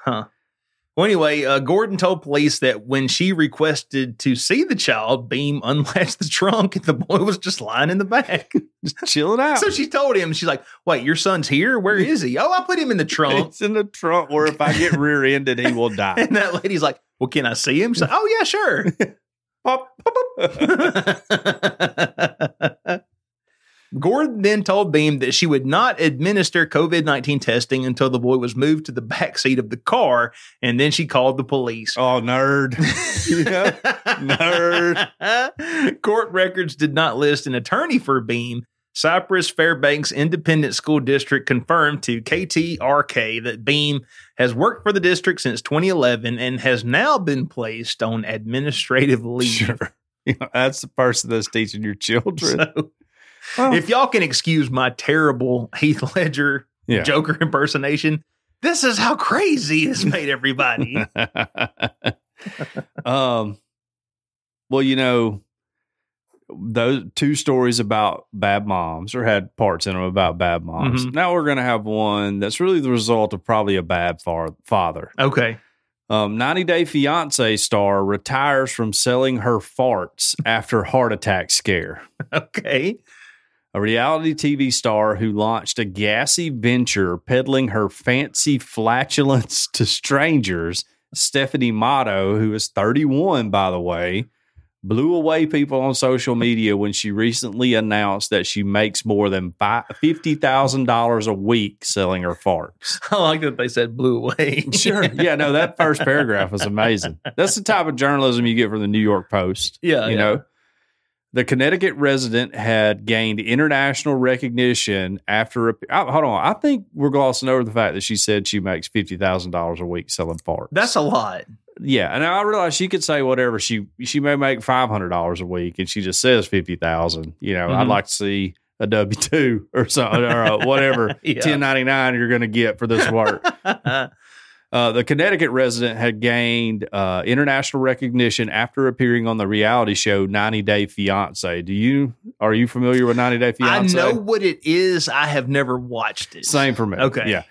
[SPEAKER 2] Well, anyway, uh, Gordon told police that when she requested to see the child, Beam unlatched the trunk and the boy was just lying in the back.
[SPEAKER 3] Just chilling out.
[SPEAKER 2] so she told him, she's like, wait, your son's here? Where is he? Oh, I put him in the trunk.
[SPEAKER 3] It's in the trunk where if I get rear-ended, he will die.
[SPEAKER 2] And that lady's like, well, can I see him? She's like, oh, yeah, sure.
[SPEAKER 3] Pop, pop, pop.
[SPEAKER 2] Gordon then told Beam that she would not administer COVID 19 testing until the boy was moved to the back seat of the car, and then she called the police.
[SPEAKER 3] Oh, nerd. Yeah.
[SPEAKER 2] Nerd. Court records did not list an attorney for Beam. Cypress Fairbanks Independent School District confirmed to KTRK that Beam has worked for the district since 2011 and has now been placed on administrative leave.
[SPEAKER 3] Sure. You know, that's the person that's teaching your children.
[SPEAKER 2] So,
[SPEAKER 3] Oh.
[SPEAKER 2] if y'all can excuse my terrible Heath Ledger
[SPEAKER 3] Yeah.
[SPEAKER 2] Joker impersonation, this is how crazy it's made everybody.
[SPEAKER 3] um, well, you know, those two stories about bad moms or had parts in them about bad moms.
[SPEAKER 2] Mhm.
[SPEAKER 3] Now we're going to have one that's really the result of probably a bad far- father.
[SPEAKER 2] okay.
[SPEAKER 3] Um, 90 Day Fiance star retires from selling her farts after heart attack scare.
[SPEAKER 2] Okay.
[SPEAKER 3] a reality TV star who launched a gassy venture peddling her fancy flatulence to strangers. Stephanie Motto, who is 31, by the way, blew away people on social media when she recently announced that she makes more than fi- $50,000 a week selling her farts.
[SPEAKER 2] I like that they said blew away.
[SPEAKER 3] Sure. yeah, no, that first paragraph was amazing. That's the type of journalism you get from the New York Post
[SPEAKER 2] yeah.
[SPEAKER 3] you
[SPEAKER 2] Oh, yeah.
[SPEAKER 3] know the connecticut resident had gained international recognition after a, I- hold on i think we're glossing over the fact that she said she makes $50000 a week selling farts
[SPEAKER 2] That's a lot.
[SPEAKER 3] yeah and i realize she could say whatever she she may make $500 a week and she just says 50000 you know i'd
[SPEAKER 2] Mhm.
[SPEAKER 3] like to see a w2 or something or a whatever
[SPEAKER 2] Yeah.
[SPEAKER 3] 1099 you're going to get for this work Uh, the Connecticut resident had gained uh, international recognition after appearing on the reality show 90 Day Fiance. Do you are you familiar with 90 Day
[SPEAKER 2] I
[SPEAKER 3] Fiance?
[SPEAKER 2] know what it is. I have never watched it.
[SPEAKER 3] Same for me.
[SPEAKER 2] Okay.
[SPEAKER 3] Yeah.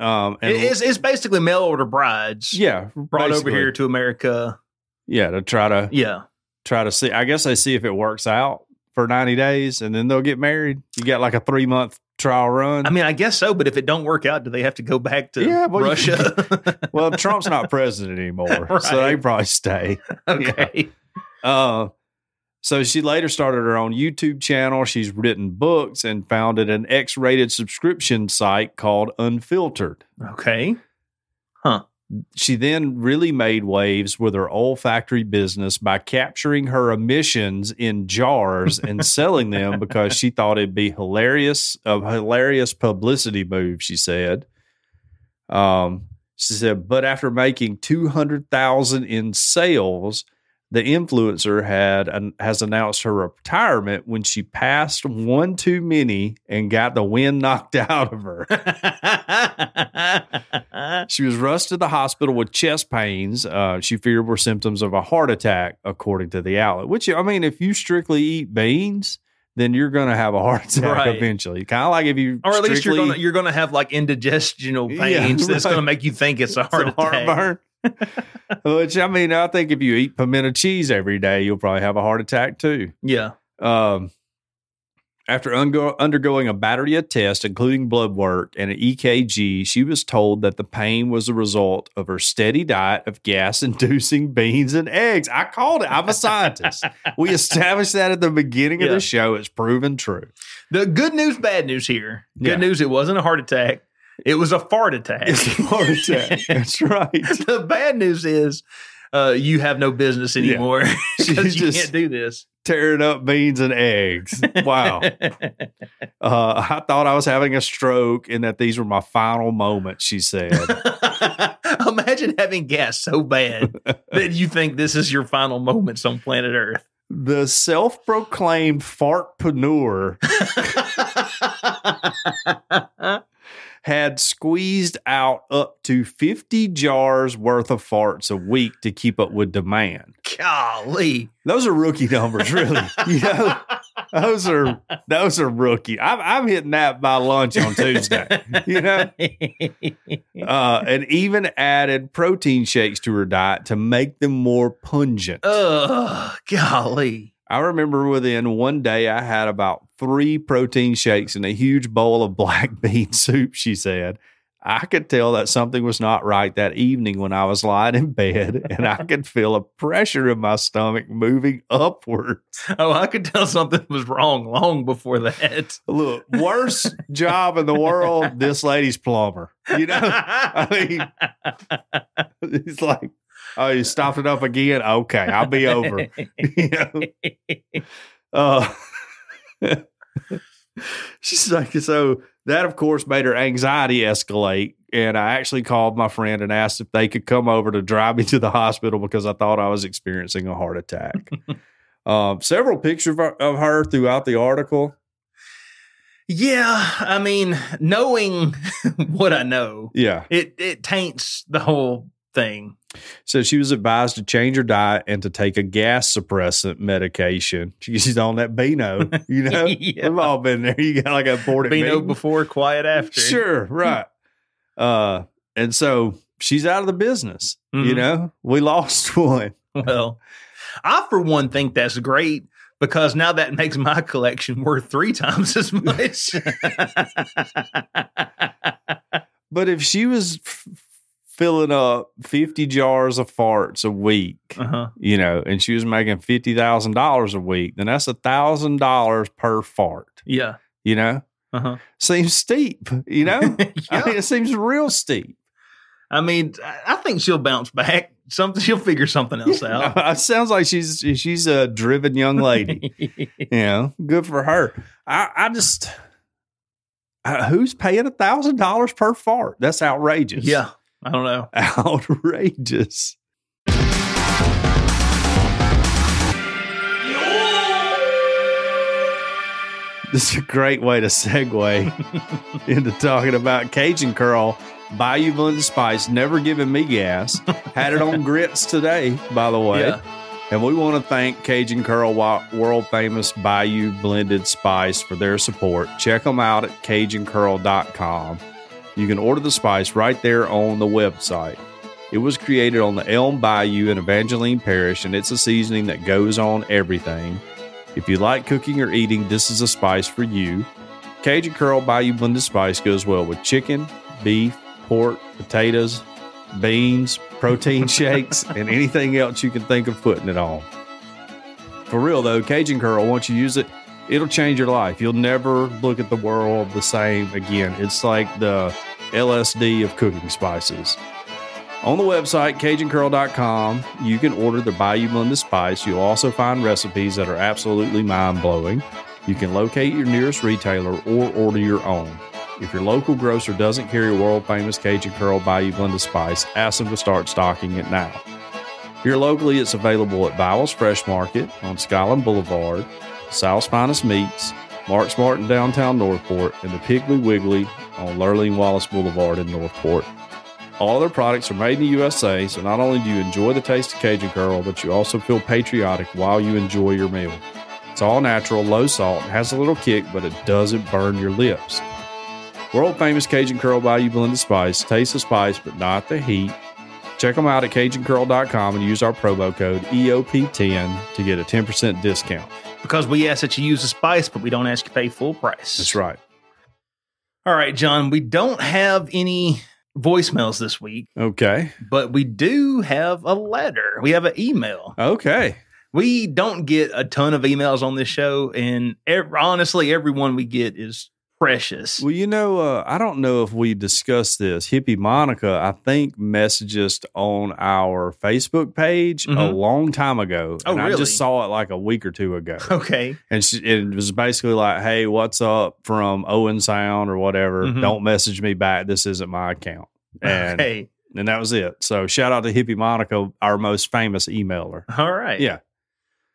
[SPEAKER 3] Um. And
[SPEAKER 2] It- it's, it's basically mail order brides
[SPEAKER 3] yeah.
[SPEAKER 2] brought
[SPEAKER 3] basically.
[SPEAKER 2] over here to America.
[SPEAKER 3] Yeah. To try to
[SPEAKER 2] Yeah.
[SPEAKER 3] try to see. I guess they see if it works out for 90 days, and then they'll get married. You got like a three month trial run.
[SPEAKER 2] I mean, I guess so, but if it don't work out, do they have to go back to
[SPEAKER 3] Yeah, well, you-
[SPEAKER 2] Russia?
[SPEAKER 3] well, Trump's not president anymore, so
[SPEAKER 2] Right.
[SPEAKER 3] they probably stay.
[SPEAKER 2] okay.
[SPEAKER 3] Uh, so she later started her own YouTube channel. She's written books and founded an X rated subscription site called Unfiltered.
[SPEAKER 2] Okay.
[SPEAKER 3] She then really made waves with her olfactory business by capturing her emissions in jars and selling them because she thought it'd be hilarious, a hilarious publicity move, she said. Um, she said, but after making 200,000 in sales, the influencer had an, has announced her retirement when she passed one too many and got the wind knocked out of her. She was rushed to the hospital with chest pains. Uh, she feared were symptoms of a heart attack, according to the outlet. Which I mean, if you strictly eat beans, then you're going to have a heart attack
[SPEAKER 2] Right.
[SPEAKER 3] eventually. Kind of like if you,
[SPEAKER 2] or at least you're
[SPEAKER 3] strictly
[SPEAKER 2] gonna you're gonna have like indigestional
[SPEAKER 3] Yeah,
[SPEAKER 2] pains that's
[SPEAKER 3] right.
[SPEAKER 2] gonna make you think it's a heart
[SPEAKER 3] It's a
[SPEAKER 2] attack.
[SPEAKER 3] heartburn. Which I mean, I think if you eat pimento cheese every day, you'll probably have a heart attack too.
[SPEAKER 2] Yeah.
[SPEAKER 3] Um, after ungo- undergoing a battery of tests, including blood work and an EKG, she was told that the pain was the result of her steady diet of gas inducing beans and eggs. I called it. I'm a scientist. we established that at the beginning of
[SPEAKER 2] Yeah.
[SPEAKER 3] the show. It's proven true.
[SPEAKER 2] The good news, bad news here. Good
[SPEAKER 3] Yeah.
[SPEAKER 2] news, it wasn't a heart attack. It was a fart attack.
[SPEAKER 3] It's a heart attack. That's right.
[SPEAKER 2] the bad news is uh, you have no business
[SPEAKER 3] Yeah.
[SPEAKER 2] anymore
[SPEAKER 3] She
[SPEAKER 2] because you
[SPEAKER 3] just-
[SPEAKER 2] can't do this.
[SPEAKER 3] Tearing up beans and eggs. Wow. Uh, I thought I was having a stroke and that these were my final moments, she said.
[SPEAKER 2] Imagine having gas so bad that you think this is your final moments on planet Earth.
[SPEAKER 3] the self proclaimed fartpreneur had squeezed out up to 50 jars worth of farts a week to keep up with demand.
[SPEAKER 2] Golly.
[SPEAKER 3] Those are rookie numbers, really. you know, those are those are rookie. I'm, I'm hitting that by lunch on Tuesday. You know, uh, and even added protein shakes to her diet to make them more pungent.
[SPEAKER 2] oh, golly.
[SPEAKER 3] I remember within one day I had about three protein shakes and a huge bowl of black bean soup, she said. I could tell that something was not right that evening when I was lying in bed and I could feel a pressure in my stomach moving upward.
[SPEAKER 2] Oh, I could tell something was wrong long before that.
[SPEAKER 3] Look, worst job in the world, this lady's plumber. You know, I mean, it's like, oh, you stopped it up again? Okay, I'll be over. you know? uh, she's like, so that of course made her anxiety escalate. And I actually called my friend and asked if they could come over to drive me to the hospital because I thought I was experiencing a heart attack. um, several pictures of her, of her throughout the article.
[SPEAKER 2] yeah, I mean, knowing what I know,
[SPEAKER 3] Yeah.
[SPEAKER 2] it it taints the whole thing.
[SPEAKER 3] So she was advised to change her diet and to take a gas suppressant medication. She- She's on that Beano, you know?
[SPEAKER 2] Yeah.
[SPEAKER 3] We've all been there. You got like a board
[SPEAKER 2] Be no before, quiet after.
[SPEAKER 3] Sure, right. uh, and so she's out of the business. You
[SPEAKER 2] Mhm.
[SPEAKER 3] know, we lost one.
[SPEAKER 2] Well, I for one think that's great because now that makes my collection worth three times as much.
[SPEAKER 3] But if she was f- filling up fifty jars of farts a week,
[SPEAKER 2] uh-huh.
[SPEAKER 3] you know, and she was making fifty thousand dollars a week, then that's a thousand dollars per fart.
[SPEAKER 2] Yeah.
[SPEAKER 3] You know,
[SPEAKER 2] Uh-huh.
[SPEAKER 3] seems steep. You know, I
[SPEAKER 2] Yeah.
[SPEAKER 3] mean, it seems real steep.
[SPEAKER 2] I mean, I I think she'll bounce back. Something she'll figure something else out.
[SPEAKER 3] it sounds like she's she's a driven young lady. you know, good for her. I, I just, I, who's paying a thousand dollars per fart? That's outrageous.
[SPEAKER 2] yeah. I don't know.
[SPEAKER 3] outrageous. This is a great way to segue into talking about Cajun Curl. Bayou Blended Spice, never giving me gas. Had it on grits today, by the way.
[SPEAKER 2] Yeah.
[SPEAKER 3] And we want to thank Cajun Curl Wa- World Famous Bayou Blended Spice for their support. Check them out at CajunCurl.com. You can order the spice right there on the website. It was created on the Elm Bayou in Evangeline Parish, and it's a seasoning that goes on everything. If you like cooking or eating, this is a spice for you. Cajun Curl Bayou Blended Spice goes well with chicken, beef, pork, potatoes, beans, protein shakes, and anything else you can think of putting it on. For real though, Cajun Curl, once you use it, it'll change your life. You'll never look at the world the same again. It's like the LSD of cooking spices. On the website, CajunCurl.com, you can order the Bayou Blended Spice. You'll also find recipes that are absolutely mind blowing. You can locate your nearest retailer or order your own. If your local grocer doesn't carry world famous Cajun Curl Bayou Blended Spice, ask them to start stocking it now. Here locally, it's available at Bowles Fresh Market on Skyland Boulevard, South's Finest Meats, Mark's Martin downtown Northport, and the Piggly Wiggly on Lurleen Wallace Boulevard in Northport. All their products are made in the USA, so not only do you enjoy the taste of Cajun Curl, but you also feel patriotic while you enjoy your meal. It's all natural, low salt, has a little kick, but it doesn't burn your lips. World famous Cajun Curl Bayou Blended Spice. Taste the spice, but not the heat. Check them out at CajunCurl.com and use our promo code E EOP10 to get a 10% discount.
[SPEAKER 2] Because we ask that you use the spice, but we don't ask you to pay full price.
[SPEAKER 3] That's right.
[SPEAKER 2] All right, John, we don't have any voicemails this week,
[SPEAKER 3] Okay.
[SPEAKER 2] but we do have a letter. We have an email.
[SPEAKER 3] Okay.
[SPEAKER 2] We don't get a ton of emails on this show, and ev- honestly, everyone we get is precious.
[SPEAKER 3] Well, you know, uh, I don't know if we discussed this. Hippie Monica, I think, messaged us on our Facebook page a
[SPEAKER 2] Mhm.
[SPEAKER 3] long time ago.
[SPEAKER 2] Oh,
[SPEAKER 3] and I
[SPEAKER 2] really?
[SPEAKER 3] just saw it like a week or two ago.
[SPEAKER 2] okay.
[SPEAKER 3] and she, it was basically like, hey, what's up from Owen Sound or whatever?
[SPEAKER 2] Mhm.
[SPEAKER 3] Don't message me back. This isn't my account. And,
[SPEAKER 2] okay.
[SPEAKER 3] and that was it. So shout out to Hippie Monica, our most famous emailer.
[SPEAKER 2] All right.
[SPEAKER 3] Yeah.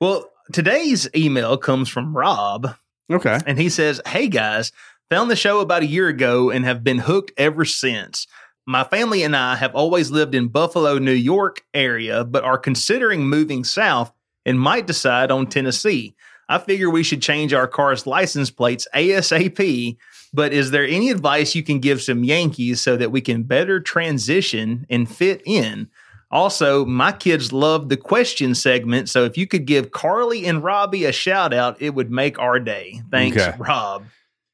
[SPEAKER 2] Well, today's email comes from Rob,
[SPEAKER 3] Okay.
[SPEAKER 2] and he says, Hey guys, found the show about a year ago and have been hooked ever since. My family and I have always lived in Buffalo, New York area, but are considering moving south and might decide on Tennessee. I figure we should change our car's license plates ASAP, but is there any advice you can give some Yankees so that we can better transition and fit in? Also, my kids love the question segment, so if you could give Carly and Robbie a shout out, it would make our day. Thanks,
[SPEAKER 3] Okay.
[SPEAKER 2] Rob.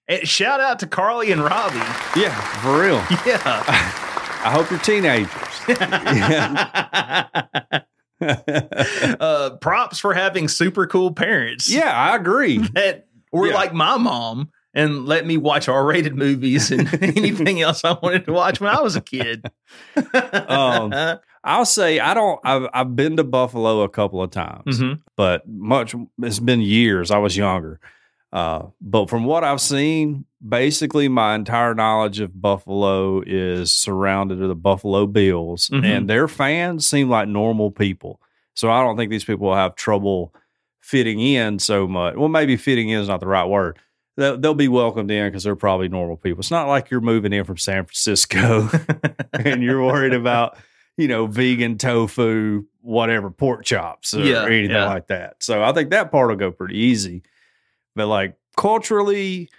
[SPEAKER 2] And shout out to Carly and Robbie.
[SPEAKER 3] Yeah, for real.
[SPEAKER 2] Yeah.
[SPEAKER 3] I hope you're teenagers.
[SPEAKER 2] uh, props for having super cool parents.
[SPEAKER 3] yeah, I agree.
[SPEAKER 2] That were
[SPEAKER 3] Yeah.
[SPEAKER 2] like my mom and let me watch R rated movies and anything else I wanted to watch when I was a kid. Uh,
[SPEAKER 3] Um, I'll say I don't. I've I've been to Buffalo a couple of times,
[SPEAKER 2] Mhm.
[SPEAKER 3] but much it's been years. I was younger, uh, but from what I've seen, basically my entire knowledge of Buffalo is surrounded with the Buffalo Bills,
[SPEAKER 2] Mhm.
[SPEAKER 3] and their fans seem like normal people. So I don't think these people will have trouble fitting in so much. Well, maybe fitting in is not the right word. They'll, they'll be welcomed in because they're probably normal people. It's not like you're moving in from San Francisco and you're worried about you know vegan tofu whatever pork chops or
[SPEAKER 2] Yeah,
[SPEAKER 3] anything
[SPEAKER 2] yeah.
[SPEAKER 3] like that so i think that part will go pretty easy but like culturally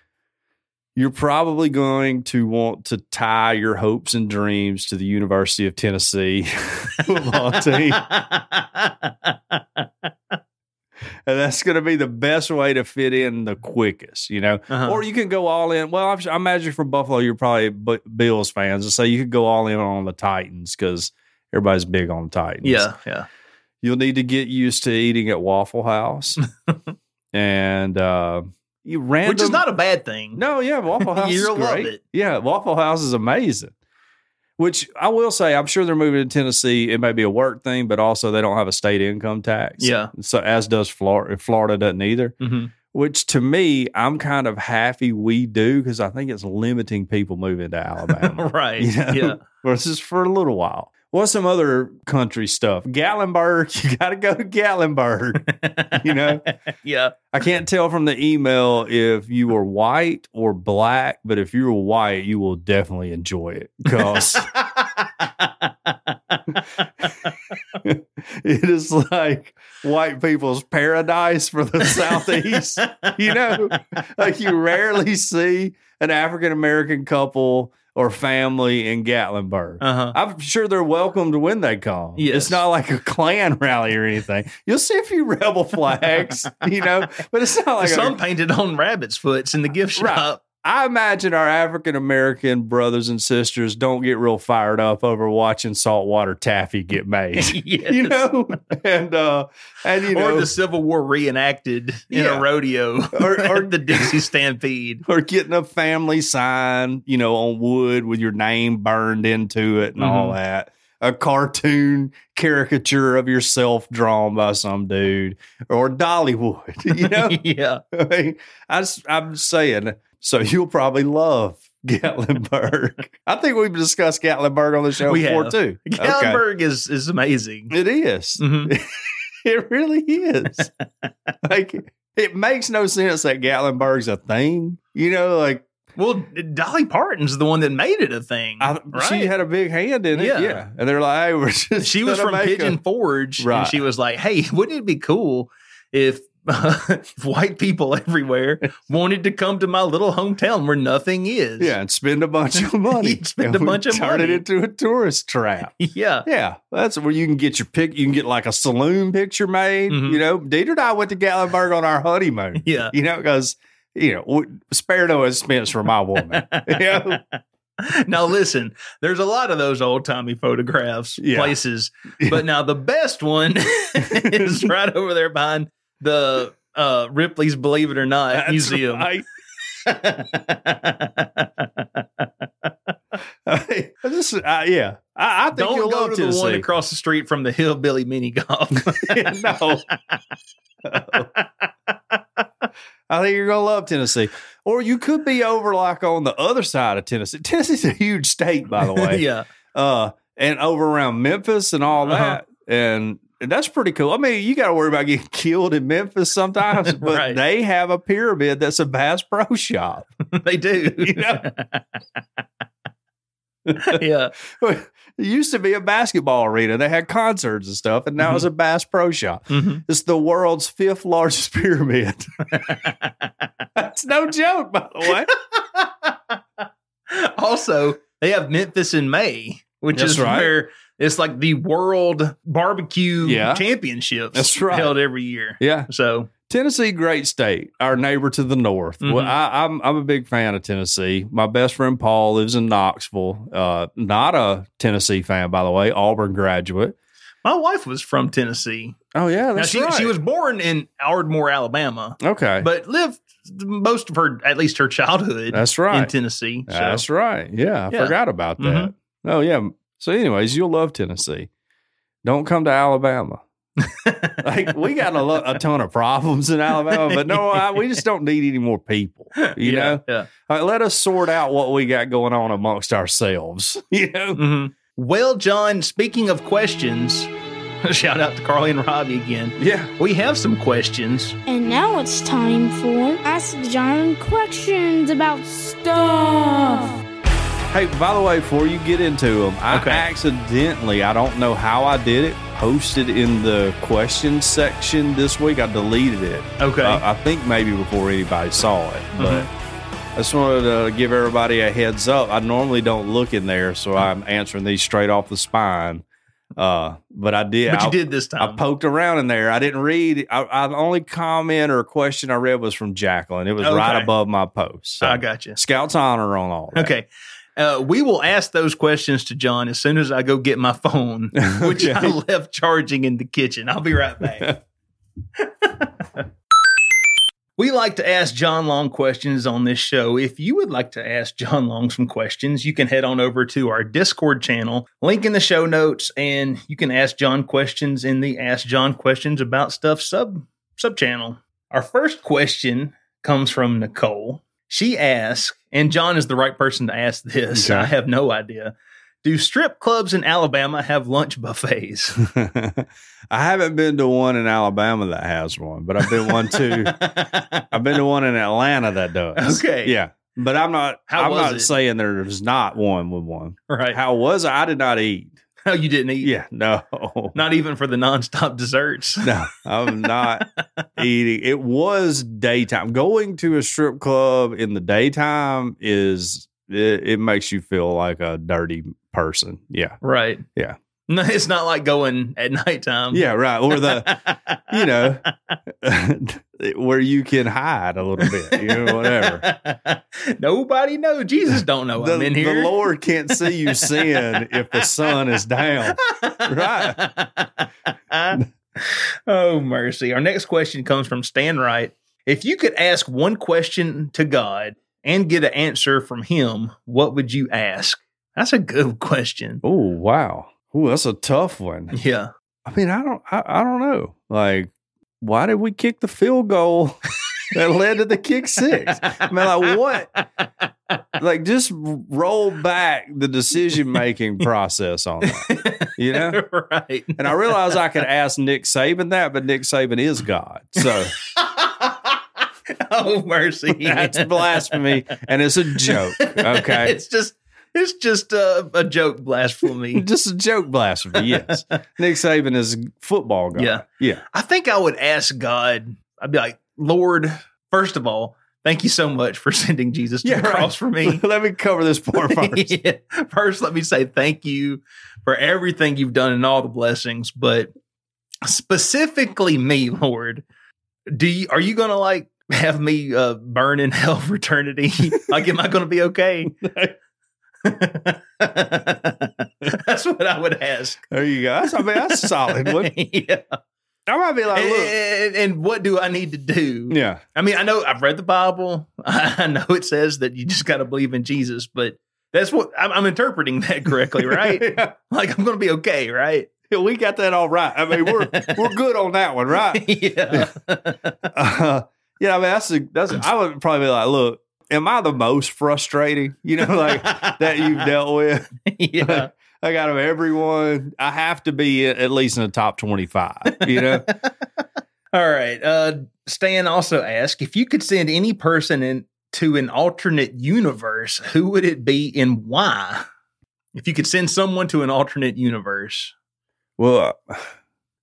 [SPEAKER 3] you're probably going to want to tie your hopes and dreams to the university of tennessee football team and that's going to be the best way to fit in the quickest you know
[SPEAKER 2] Uh-huh.
[SPEAKER 3] Or you can go all in. Well, I'm, I imagine from Buffalo, you're probably B- Bills fans, and so you could go all in on the Titans because everybody's big on the Titans.
[SPEAKER 2] yeah, yeah.
[SPEAKER 3] you'll need to get used to eating at Waffle House, and uh, you random,
[SPEAKER 2] Which is not a bad thing.
[SPEAKER 3] no, yeah, Waffle House.
[SPEAKER 2] You'll
[SPEAKER 3] is
[SPEAKER 2] love
[SPEAKER 3] great.
[SPEAKER 2] it.
[SPEAKER 3] Yeah, Waffle House is amazing. Which I will say, I'm sure they're moving to Tennessee. It may be a work thing, but also they don't have a state income tax.
[SPEAKER 2] Yeah.
[SPEAKER 3] So as does Florida. Florida doesn't either
[SPEAKER 2] Mhm.
[SPEAKER 3] which to me, I'm kind of happy we do because I think it's limiting people moving to Alabama.
[SPEAKER 2] Right.
[SPEAKER 3] You know?
[SPEAKER 2] Yeah.
[SPEAKER 3] Well, this is for a little while. What's some other country stuff? Gatlinburg. You got to go to Gatlinburg. You know?
[SPEAKER 2] yeah.
[SPEAKER 3] I can't tell from the email if you were white or black, but if you're white, you will definitely enjoy it because it is like white people's paradise for the Southeast. you know, like you rarely see an African American couple or family in Gatlinburg.
[SPEAKER 2] Uh-huh.
[SPEAKER 3] I'm sure they're welcomed when they come.
[SPEAKER 2] Yes.
[SPEAKER 3] It's not like a Klan rally or anything. You'll see a few rebel flags, you know, but it's not like
[SPEAKER 2] Some
[SPEAKER 3] a,
[SPEAKER 2] painted on rabbits' foots in the gift
[SPEAKER 3] Right.
[SPEAKER 2] shop.
[SPEAKER 3] I imagine our African American brothers and sisters don't get real fired up over watching saltwater taffy get made.
[SPEAKER 2] Yes.
[SPEAKER 3] You know, and uh, and you
[SPEAKER 2] or
[SPEAKER 3] know,
[SPEAKER 2] the Civil War reenacted in
[SPEAKER 3] Yeah.
[SPEAKER 2] a rodeo,
[SPEAKER 3] Or-
[SPEAKER 2] or,
[SPEAKER 3] or-
[SPEAKER 2] the Dixie Stampede.
[SPEAKER 3] or getting a family sign, you know, on wood with your name burned into it and all
[SPEAKER 2] Mhm.
[SPEAKER 3] that. A cartoon caricature of yourself drawn by some dude or Dollywood, you know?
[SPEAKER 2] yeah,
[SPEAKER 3] I mean, I am saying, so you'll probably love Gatlinburg. I think we've discussed Gatlinburg on the show
[SPEAKER 2] We
[SPEAKER 3] before
[SPEAKER 2] have.
[SPEAKER 3] too. Okay. Mm-hmm.
[SPEAKER 2] Gallenberg is is amazing.
[SPEAKER 3] It is.
[SPEAKER 2] Mhm.
[SPEAKER 3] It really is. like, it makes no sense that Gatlinburg's a thing. You know, like,
[SPEAKER 2] Well, Dolly Parton's the one that made it a thing.
[SPEAKER 3] I, She
[SPEAKER 2] right?
[SPEAKER 3] had a big hand in it. Yeah.
[SPEAKER 2] Yeah.
[SPEAKER 3] And they're like, hey, we're just
[SPEAKER 2] she was
[SPEAKER 3] gonna
[SPEAKER 2] from
[SPEAKER 3] make a-
[SPEAKER 2] Pigeon Forge,
[SPEAKER 3] Right.
[SPEAKER 2] and she was like, "Hey, wouldn't it be cool if?" if white people everywhere wanted to come to my little hometown where nothing is.
[SPEAKER 3] yeah, and spend a bunch of money.
[SPEAKER 2] You'd spend
[SPEAKER 3] And
[SPEAKER 2] a
[SPEAKER 3] we
[SPEAKER 2] bunch of
[SPEAKER 3] turn it
[SPEAKER 2] money.
[SPEAKER 3] into a tourist trap.
[SPEAKER 2] Yeah.
[SPEAKER 3] Yeah, that's where you can get your pic. You can get like a saloon picture made.
[SPEAKER 2] Mhm.
[SPEAKER 3] You know, Dieter and I went to Gatlinburg on our honeymoon.
[SPEAKER 2] Yeah.
[SPEAKER 3] You know, because you know, w- spare no expense for my woman. you know?
[SPEAKER 2] now listen, there's a lot of those old timey photographs
[SPEAKER 3] Yeah.
[SPEAKER 2] places, but now the best one is right over there behind the uh, Ripley's Believe It or Not
[SPEAKER 3] That's
[SPEAKER 2] museum.
[SPEAKER 3] right. I just, I- uh, yeah, I, I think
[SPEAKER 2] Don't
[SPEAKER 3] you'll
[SPEAKER 2] go
[SPEAKER 3] love
[SPEAKER 2] to the
[SPEAKER 3] Tennessee.
[SPEAKER 2] one across the street from the hillbilly mini golf.
[SPEAKER 3] no. I think you're gonna love Tennessee, or you could be over like on the other side of Tennessee. Tennessee's a huge state, by the way.
[SPEAKER 2] yeah,
[SPEAKER 3] uh, and over around Memphis and all
[SPEAKER 2] Uh-huh.
[SPEAKER 3] that. And and that's pretty cool. I mean, you got to worry about getting killed in Memphis sometimes, but
[SPEAKER 2] Right.
[SPEAKER 3] they have a pyramid that's a Bass Pro Shop.
[SPEAKER 2] they do.
[SPEAKER 3] You know?
[SPEAKER 2] yeah,
[SPEAKER 3] it used to be a basketball arena. They had concerts and stuff, and now it's a
[SPEAKER 2] Mm-hmm.
[SPEAKER 3] Bass Pro Shop.
[SPEAKER 2] Mhm.
[SPEAKER 3] It's the world's fifth largest pyramid. that's no joke, by the way.
[SPEAKER 2] also, they have Memphis in May, which
[SPEAKER 3] That's
[SPEAKER 2] is
[SPEAKER 3] right.
[SPEAKER 2] where it's like the World Barbecue
[SPEAKER 3] Yeah.
[SPEAKER 2] Championships.
[SPEAKER 3] That's right.
[SPEAKER 2] held every year.
[SPEAKER 3] Yeah,
[SPEAKER 2] So
[SPEAKER 3] Tennessee, great state, our neighbor to the north. Well,
[SPEAKER 2] Mhm.
[SPEAKER 3] I, I'm I'm a big fan of Tennessee. My best friend Paul lives in Knoxville. Uh, not a Tennessee fan, by the way. Auburn graduate.
[SPEAKER 2] my wife was from Tennessee.
[SPEAKER 3] Oh yeah,
[SPEAKER 2] Now,
[SPEAKER 3] that's
[SPEAKER 2] she,
[SPEAKER 3] right.
[SPEAKER 2] she was born in Ardmore, Alabama,
[SPEAKER 3] okay.
[SPEAKER 2] but lived most of her, at least her childhood,
[SPEAKER 3] that's right.
[SPEAKER 2] in Tennessee. So.
[SPEAKER 3] That's right. Yeah, I
[SPEAKER 2] Yeah. Mm-hmm.
[SPEAKER 3] forgot about that. Oh yeah. So, anyways, you'll love Tennessee. Don't come to Alabama. like we got a, lo- a ton of problems in Alabama, but no, I, we just don't need any more people. You
[SPEAKER 2] yeah,
[SPEAKER 3] know.
[SPEAKER 2] yeah.
[SPEAKER 3] All right, let us sort out what we got going on amongst ourselves. You know,
[SPEAKER 2] Mhm. Well, John, speaking of questions, shout out to Carly and Robbie again.
[SPEAKER 3] yeah,
[SPEAKER 2] We have some questions.
[SPEAKER 4] And now it's time for Ask John questions about stuff.
[SPEAKER 3] Hey, by the way, before you get into them, I
[SPEAKER 2] Okay.
[SPEAKER 3] accidentally, I don't know how I did it, posted in the questions section this week. I deleted it.
[SPEAKER 2] Okay. Mm-hmm.
[SPEAKER 3] I, I think maybe before anybody saw it, but I just wanted to give everybody a heads up. I normally don't look in there, so I'm answering these straight off the spine. Uh, but I did.
[SPEAKER 2] but you
[SPEAKER 3] I-
[SPEAKER 2] did this
[SPEAKER 3] I
[SPEAKER 2] time.
[SPEAKER 3] poked around in there. I didn't read. I, I the only comment or question I read was from Jacqueline. It was right
[SPEAKER 2] Okay.
[SPEAKER 3] above my post. So
[SPEAKER 2] I got you.
[SPEAKER 3] Scouts honor on all. That.
[SPEAKER 2] Okay. Uh, we will ask those questions to John as soon as I go get my phone, which I
[SPEAKER 3] Okay.
[SPEAKER 2] left charging in the kitchen. I'll be right back. we like to ask John Long questions on this show. If you would like to ask John Long some questions, you can head on over to our Discord channel, link in the show notes, and you can ask John questions in the Ask John Questions About Stuff sub sub channel. Our first question comes from Nicole. She asks, and John is the right person to ask this.
[SPEAKER 3] Okay.
[SPEAKER 2] I have no idea. Do strip clubs in Alabama have lunch buffets?
[SPEAKER 3] I haven't been to one in Alabama that has one, but I've been one too. I've been to one in Atlanta that does.
[SPEAKER 2] Okay.
[SPEAKER 3] Yeah. But I'm not.
[SPEAKER 2] How
[SPEAKER 3] I'm
[SPEAKER 2] was
[SPEAKER 3] not
[SPEAKER 2] it?
[SPEAKER 3] saying there's not one with one.
[SPEAKER 2] right.
[SPEAKER 3] How was I? I did not eat.
[SPEAKER 2] No, you didn't eat.
[SPEAKER 3] Yeah. No.
[SPEAKER 2] Not even for the nonstop desserts.
[SPEAKER 3] No, I'm not eating. It was daytime. Going to a strip club in the daytime is it, it makes you feel like a dirty person. Yeah.
[SPEAKER 2] Right.
[SPEAKER 3] Yeah.
[SPEAKER 2] No, it's not like going at nighttime.
[SPEAKER 3] Yeah, right. Or the you know where you can hide a little bit, you know, whatever.
[SPEAKER 2] Nobody knows. Jesus don't know
[SPEAKER 3] The,
[SPEAKER 2] Oh, I'm in
[SPEAKER 3] the
[SPEAKER 2] here.
[SPEAKER 3] Lord can't see you sin if the sun is down.
[SPEAKER 2] right. oh, mercy. Our next question comes from Stan Wright. If you could ask one question to God and get an answer from him, what would you ask? That's a good question.
[SPEAKER 3] Oh wow. Oh, that's a tough one.
[SPEAKER 2] Yeah.
[SPEAKER 3] I mean, I don't, I, I don't know. Like, why did we kick the field goal that led to the kick six? I mean, like what? Like, just roll back the decision making process on that, you know.
[SPEAKER 2] right.
[SPEAKER 3] And I realized I could ask Nick Saban that, but Nick Saban is God, so
[SPEAKER 2] oh, mercy.
[SPEAKER 3] that's blasphemy, and it's a joke. Okay,
[SPEAKER 2] it's just it's just a, a joke blasphemy.
[SPEAKER 3] just a joke blasphemy. Yes, Nick Saban is football God.
[SPEAKER 2] Yeah.
[SPEAKER 3] yeah.
[SPEAKER 2] I think I would ask God, I'd be like, Lord, first of all, thank you so much for sending Jesus to
[SPEAKER 3] Yeah,
[SPEAKER 2] the cross for me.
[SPEAKER 3] Let me cover this part first.
[SPEAKER 2] Yeah. First, let me say thank you for everything you've done and all the blessings, but specifically me, Lord. Do you are you gonna like have me uh, burn in hell for eternity? like, am I gonna be okay? That's what I would ask.
[SPEAKER 3] There you go. That's, I mean, that's a solid one.
[SPEAKER 2] yeah.
[SPEAKER 3] I might be like,
[SPEAKER 2] And,
[SPEAKER 3] look,
[SPEAKER 2] and- and what do I need to do?
[SPEAKER 3] yeah,
[SPEAKER 2] I mean, I know I've read the Bible. I know it says that you just got to believe in Jesus, but that's what I'm, I'm interpreting that correctly, right? like I'm going to be okay, right?
[SPEAKER 3] Yeah, we got that all right. I mean, we're we're good on that one, right?
[SPEAKER 2] yeah.
[SPEAKER 3] Uh, yeah, I mean, that's a, that's. A, I would probably be like, look, am I the most frustrating? You know, like that you've dealt with.
[SPEAKER 2] yeah.
[SPEAKER 3] Like out of everyone, I have to be at least in the top twenty-five. You know,
[SPEAKER 2] All right. Uh, Stan also asked if you could send any person in to an alternate universe, who would it be and why? If you could send someone to an alternate universe,
[SPEAKER 3] well,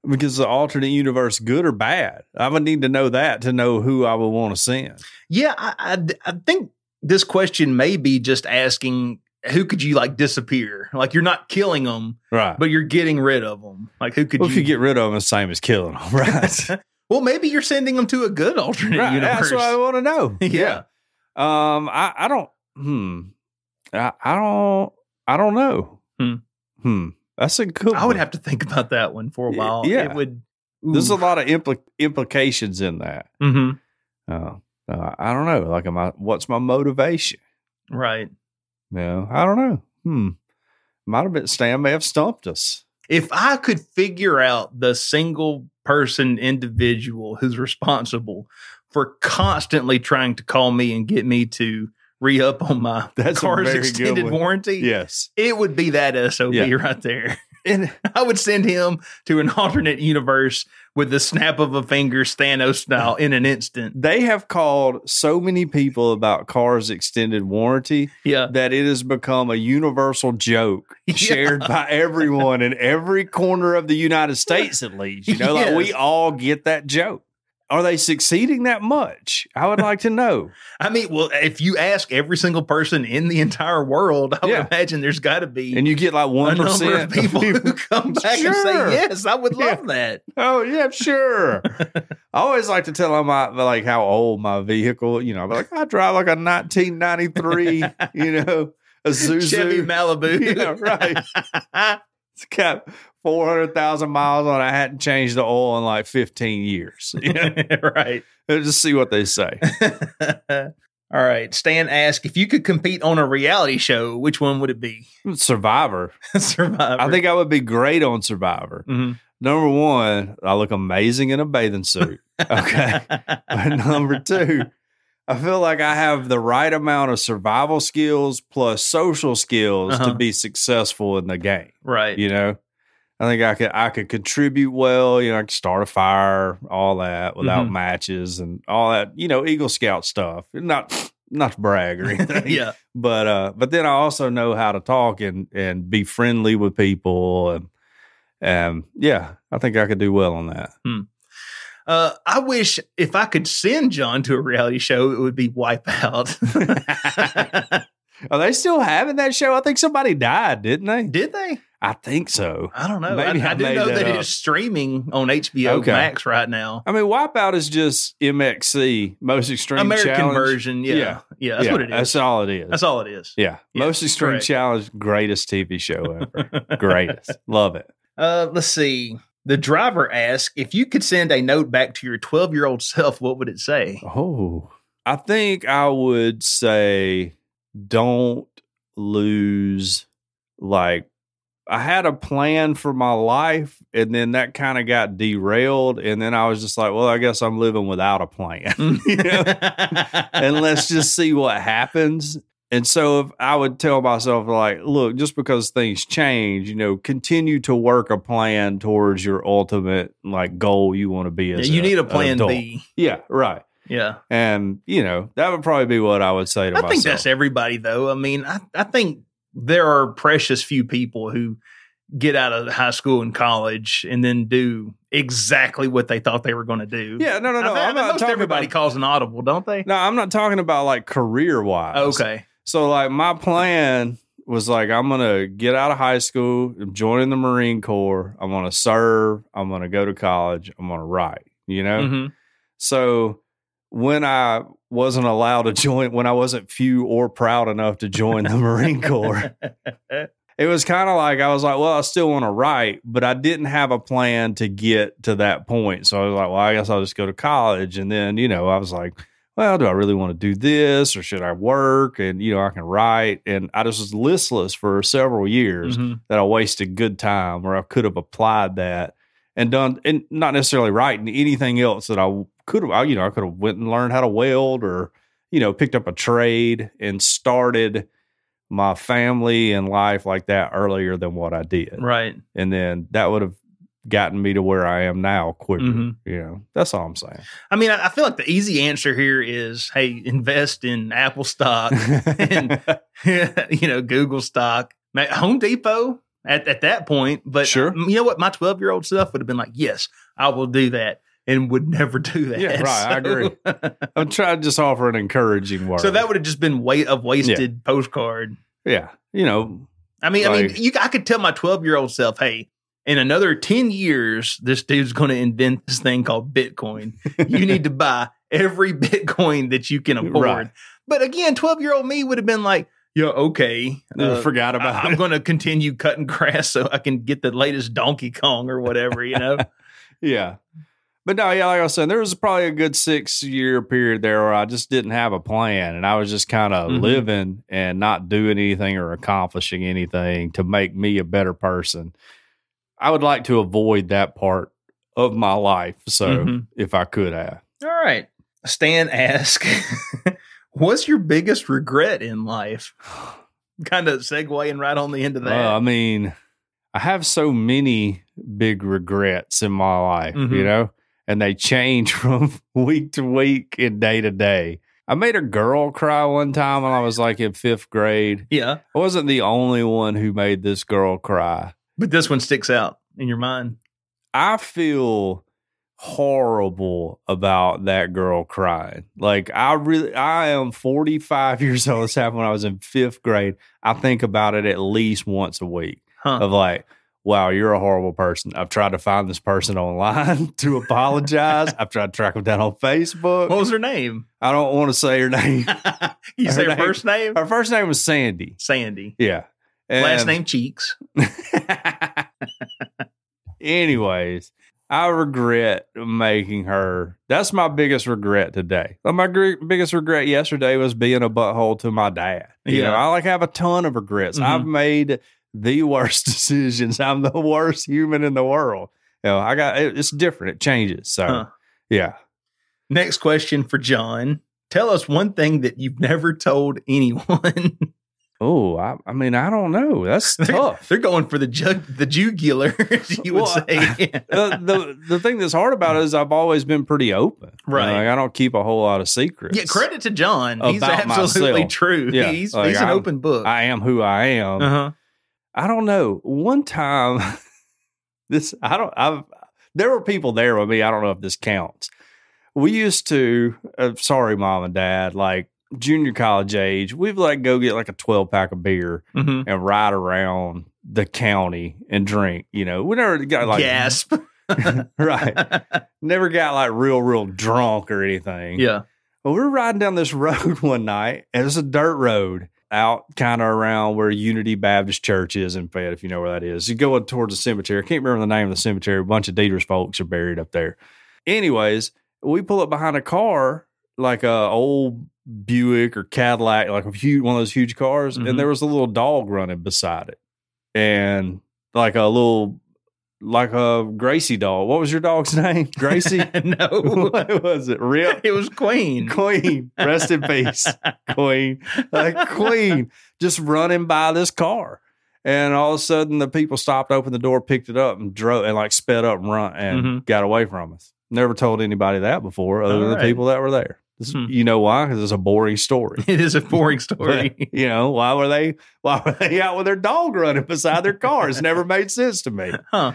[SPEAKER 3] because the alternate universe, good or bad, I would need to know that to know who I would want to send.
[SPEAKER 2] yeah, I, I, I think this question may be just asking who could you like disappear? Like you're not killing them,
[SPEAKER 3] Right. But
[SPEAKER 2] but you're getting rid of them. Like who could
[SPEAKER 3] well,
[SPEAKER 2] you?
[SPEAKER 3] if you get rid of them, it's the same as killing them, right?
[SPEAKER 2] well, maybe you're sending them to a good alternate
[SPEAKER 3] right.
[SPEAKER 2] universe.
[SPEAKER 3] That's what I want to know.
[SPEAKER 2] yeah.
[SPEAKER 3] Um, I, I don't. Hmm. I, I don't. I don't know.
[SPEAKER 2] Hmm.
[SPEAKER 3] Hmm. That's a good.
[SPEAKER 2] I would
[SPEAKER 3] one.
[SPEAKER 2] have to think about that one for a
[SPEAKER 3] Y-
[SPEAKER 2] while.
[SPEAKER 3] yeah.
[SPEAKER 2] It would.
[SPEAKER 3] There's a
[SPEAKER 2] Ooh.
[SPEAKER 3] lot of impli- implications in that.
[SPEAKER 2] Mhm.
[SPEAKER 3] Uh, uh, I don't know. Like, am I? What's my motivation?
[SPEAKER 2] Right.
[SPEAKER 3] No, I don't know. Hmm. Might have been Stan. May have stumped us.
[SPEAKER 2] if I could figure out the single person individual who's responsible for constantly trying to call me and get me to re up on my
[SPEAKER 3] That's a
[SPEAKER 2] car's
[SPEAKER 3] very good
[SPEAKER 2] extended
[SPEAKER 3] one.
[SPEAKER 2] warranty,
[SPEAKER 3] Yes.
[SPEAKER 2] it would be that SOB
[SPEAKER 3] Yeah.
[SPEAKER 2] right there.
[SPEAKER 3] And
[SPEAKER 2] I would send him to an alternate universe with the snap of a finger, Thanos style, in an instant.
[SPEAKER 3] they have called so many people about cars extended warranty
[SPEAKER 2] Yeah.
[SPEAKER 3] that it has become a universal joke
[SPEAKER 2] Yeah.
[SPEAKER 3] shared by everyone in every corner of the United States, at least. You know, like we
[SPEAKER 2] Yes.
[SPEAKER 3] all get that joke. Are they succeeding that much? I would like to know.
[SPEAKER 2] I mean, well, if you ask every single person in the entire world, I
[SPEAKER 3] Yeah.
[SPEAKER 2] would imagine there's got to be
[SPEAKER 3] And you get like
[SPEAKER 2] a
[SPEAKER 3] one
[SPEAKER 2] number of
[SPEAKER 3] percent
[SPEAKER 2] people who come back and say,
[SPEAKER 3] Sure.
[SPEAKER 2] yes, I would
[SPEAKER 3] Yeah.
[SPEAKER 2] love that.
[SPEAKER 3] Oh yeah, sure. I always like to tell them my like how old my vehicle. You know, I'm like I drive like a 1993. You know, a Zuzu.
[SPEAKER 2] Chevy Malibu.
[SPEAKER 3] yeah, right. It's got 400,000 miles on. it. I hadn't changed the oil in like 15 years. You know,
[SPEAKER 2] right.
[SPEAKER 3] Let's just see what they say.
[SPEAKER 2] All right. Stan asked if you could compete on a reality show, which one would it be?
[SPEAKER 3] Survivor.
[SPEAKER 2] Survivor.
[SPEAKER 3] I think I would be great on Survivor.
[SPEAKER 2] Mhm.
[SPEAKER 3] Number one, I look amazing in a bathing suit. Okay. but number two, I feel like I have the right amount of survival skills plus social skills
[SPEAKER 2] Uh-huh.
[SPEAKER 3] to be successful in the game.
[SPEAKER 2] right.
[SPEAKER 3] eh, You know, I think I could I could contribute well. You know, I could start a fire, all that without
[SPEAKER 2] Mhm.
[SPEAKER 3] matches and all that. You know, Eagle Scout stuff. Not not to brag or anything.
[SPEAKER 2] yeah.
[SPEAKER 3] But uh, but then I also know how to talk and and be friendly with people and. Um. Yeah, I think I could do well on that.
[SPEAKER 2] Uh, I wish if I could send John to a reality show, it would be Wipeout.
[SPEAKER 3] Are they still having that show? I think somebody died, didn't they?
[SPEAKER 2] Did they?
[SPEAKER 3] I think so.
[SPEAKER 2] I don't know.
[SPEAKER 3] Maybe
[SPEAKER 2] I, I
[SPEAKER 3] I
[SPEAKER 2] do
[SPEAKER 3] made
[SPEAKER 2] know
[SPEAKER 3] that
[SPEAKER 2] that, it
[SPEAKER 3] up.
[SPEAKER 2] is streaming on HBO
[SPEAKER 3] Okay.
[SPEAKER 2] Max right now.
[SPEAKER 3] I mean, Wipeout is just MXC, most extreme
[SPEAKER 2] American
[SPEAKER 3] challenge.
[SPEAKER 2] version. Yeah.
[SPEAKER 3] Yeah.
[SPEAKER 2] Yeah. that's
[SPEAKER 3] Yeah,
[SPEAKER 2] what it is.
[SPEAKER 3] That's
[SPEAKER 2] That's,
[SPEAKER 3] all it is.
[SPEAKER 2] all it is.
[SPEAKER 3] yeah.
[SPEAKER 2] Yeah,
[SPEAKER 3] most extreme
[SPEAKER 2] correct.
[SPEAKER 3] challenge, greatest TV show ever. greatest. Love it.
[SPEAKER 2] Uh, let's see. The driver asks if you could send a note back to your 12 year old self, what would it say?
[SPEAKER 3] Oh. I think I would say don't lose like I had a plan for my life and then that kind of got derailed and then I was just like, well, I guess I'm living without a plan. You know? and let's just see what happens. And so if I would tell myself like, look, just because things change, you know, continue to work a plan towards your ultimate like goal you want to be
[SPEAKER 2] Yeah,
[SPEAKER 3] as
[SPEAKER 2] you
[SPEAKER 3] a-
[SPEAKER 2] need a
[SPEAKER 3] an
[SPEAKER 2] plan
[SPEAKER 3] adult.
[SPEAKER 2] B.
[SPEAKER 3] Yeah, right.
[SPEAKER 2] Yeah.
[SPEAKER 3] And you know, that would probably be what I would say to
[SPEAKER 2] I
[SPEAKER 3] myself.
[SPEAKER 2] think that's everybody, though. I mean, I, I think there are precious few people who get out of high school and college and then do exactly what they thought they were going to do.
[SPEAKER 3] Yeah, no, no,
[SPEAKER 2] I
[SPEAKER 3] no.
[SPEAKER 2] think- I
[SPEAKER 3] I'm
[SPEAKER 2] mean,
[SPEAKER 3] not
[SPEAKER 2] most
[SPEAKER 3] talking
[SPEAKER 2] everybody
[SPEAKER 3] about,
[SPEAKER 2] calls an audible, don't they?
[SPEAKER 3] No, I'm not talking about like career wise.
[SPEAKER 2] Okay.
[SPEAKER 3] So like my plan was like I'm gonna get out of high school, I'm joining the Marine Corps, I'm gonna serve, I'm gonna go to college, I'm gonna write, you know?
[SPEAKER 2] hmm
[SPEAKER 3] So when I wasn't allowed to join when I wasn't few or proud enough to join the Marine Corps, it was kind of like I was like, well, I still want to write, but I didn't have a plan to get to that point. So I was like, well, I guess I'll just go to college. And then, you know, I was like, well, do I really want to do this or should I work? And, you know, I can write. And I just was listless for several years
[SPEAKER 2] Mhm.
[SPEAKER 3] that I wasted good time where I could have applied that and done, and not necessarily writing anything else that I could have, I- you know, I could have went and learned how to weld or, you know, picked up a trade and started my family and life like that earlier than what I did.
[SPEAKER 2] Right.
[SPEAKER 3] And then that would have gotten me to where I am now quicker.
[SPEAKER 2] Mhm.
[SPEAKER 3] You know, that's all I'm saying.
[SPEAKER 2] I mean, I, I feel like the easy answer here is, hey, invest in Apple stock, Uh, And- you know, Google stock, Ma- Home Depot at, at that point. But
[SPEAKER 3] Sure.
[SPEAKER 2] you know what? My 12 year old self would have been like, yes, I will do that and would never do that.
[SPEAKER 3] Yeah, right, I agree. I'm trying to just offer an encouraging word.
[SPEAKER 2] So that would have just been weight of wasted postcard.
[SPEAKER 3] yeah, you know,
[SPEAKER 2] I mean, I mean,
[SPEAKER 3] Like-
[SPEAKER 2] you, I could tell my 12 year old self, hey, in another 10 years, this dude's going to invent this thing called Bitcoin. You need to buy every Bitcoin that you can afford.
[SPEAKER 3] Right.
[SPEAKER 2] But again, 12 year old me would have been like, yeah, okay. uh,
[SPEAKER 3] forgot about
[SPEAKER 2] I,
[SPEAKER 3] it.
[SPEAKER 2] am going to continue cutting grass so I can get the latest Donkey Kong or whatever, you know?
[SPEAKER 3] Yeah. But no, yeah, like I was saying, there was probably a good six year period there where I just didn't have a plan and I was just kind of
[SPEAKER 2] Mhm.
[SPEAKER 3] living and not doing anything or accomplishing anything to make me a better person. I would like to avoid that part of my life. So
[SPEAKER 2] Mhm.
[SPEAKER 3] if I could have.
[SPEAKER 2] All right. Stan ask, what's your biggest regret in life? Kind of segueing right on the end of that.
[SPEAKER 3] Well, I mean, I have so many big regrets in my life,
[SPEAKER 2] Mhm.
[SPEAKER 3] you know, and they change from week to week and day to day. I made a girl cry one time when I was like in fifth grade.
[SPEAKER 2] yeah.
[SPEAKER 3] I wasn't the only one who made this girl cry.
[SPEAKER 2] But this one sticks out in your mind.
[SPEAKER 3] I feel horrible about that girl crying. Like I really I am 45 years old. This happened when I was in fifth grade. I think about it at least once a week
[SPEAKER 2] Huh.
[SPEAKER 3] of like, wow, you're a horrible person. I've tried to find this person online to apologize. I've tried to track them down on Facebook.
[SPEAKER 2] What was her name?
[SPEAKER 3] I don't want to say her name.
[SPEAKER 2] you
[SPEAKER 3] Her
[SPEAKER 2] say her
[SPEAKER 3] name-
[SPEAKER 2] first name?
[SPEAKER 3] Her first name was Sandy.
[SPEAKER 2] Sandy.
[SPEAKER 3] Yeah.
[SPEAKER 2] Last
[SPEAKER 3] And-
[SPEAKER 2] name Cheeks.
[SPEAKER 3] Anyways, I regret making her. That's my biggest regret today. Well, My gr- biggest regret yesterday was being a butthole to my dad. You
[SPEAKER 2] Yeah.
[SPEAKER 3] know, I like have a ton of regrets.
[SPEAKER 2] Mhm.
[SPEAKER 3] I've made the worst decisions. I'm the worst human in the world. You know, I got it, it's different. It changes. So
[SPEAKER 2] Huh.
[SPEAKER 3] yeah,
[SPEAKER 2] Next question for John. Tell us one thing that you've never told anyone.
[SPEAKER 3] Oh, I, I mean, I don't know. That's
[SPEAKER 2] They're-
[SPEAKER 3] tough.
[SPEAKER 2] They're going for the jug, the jugular, as you would
[SPEAKER 3] Well,
[SPEAKER 2] say.
[SPEAKER 3] the, the the thing that's hard about it is I've always been pretty open. You know,
[SPEAKER 2] Right.
[SPEAKER 3] like I don't keep a whole lot of secrets.
[SPEAKER 2] yeah, credit to John. He's
[SPEAKER 3] About
[SPEAKER 2] absolutely
[SPEAKER 3] myself.
[SPEAKER 2] true.
[SPEAKER 3] Yeah,
[SPEAKER 2] he's
[SPEAKER 3] like,
[SPEAKER 2] he's an
[SPEAKER 3] I'm-
[SPEAKER 2] open book.
[SPEAKER 3] I am who I am.
[SPEAKER 2] uh-huh.
[SPEAKER 3] I don't know. One time, this I don't. I've there were people there with me. I don't know if this counts. We used to. Uh, sorry, mom and dad. Like junior college age, we'd like go get like a twelve pack of beer
[SPEAKER 2] Mhm.
[SPEAKER 3] and ride around the county and drink. You know, we never got like
[SPEAKER 2] Gasp.
[SPEAKER 3] right. Never got like real, real drunk or anything.
[SPEAKER 2] yeah.
[SPEAKER 3] Well, we were riding down this road one night, and it's a dirt road out kind of around where Unity Baptist Church is in Fayette, if you know where that is. You go up towards the cemetery. I can't remember the name of the cemetery. A bunch of Dieter's folks are buried up there. Anyways, we pull up behind a car, like a old Buick or Cadillac, like a huge one of those huge cars,
[SPEAKER 2] Mhm.
[SPEAKER 3] and there was a little dog running beside it, and like a little, like a Gracie dog. What was your dog's name? Gracie.
[SPEAKER 2] no.
[SPEAKER 3] what was it? Rip.
[SPEAKER 2] It was Queen.
[SPEAKER 3] Queen, rest in peace, Queen. Like Queen, just running by this car, and all of a sudden the people stopped, opened the door, picked it up, and drove, and like sped up and run and
[SPEAKER 2] Mhm.
[SPEAKER 3] got away from us. Never told anybody that before, other
[SPEAKER 2] All
[SPEAKER 3] than
[SPEAKER 2] right.
[SPEAKER 3] the people that were there. This-
[SPEAKER 2] Hmm.
[SPEAKER 3] You know why? Because it's a boring story.
[SPEAKER 2] It is a boring
[SPEAKER 3] But,
[SPEAKER 2] story.
[SPEAKER 3] you know why were they? Why were they out with their dog running beside their car? It's never made sense to me.
[SPEAKER 2] huh.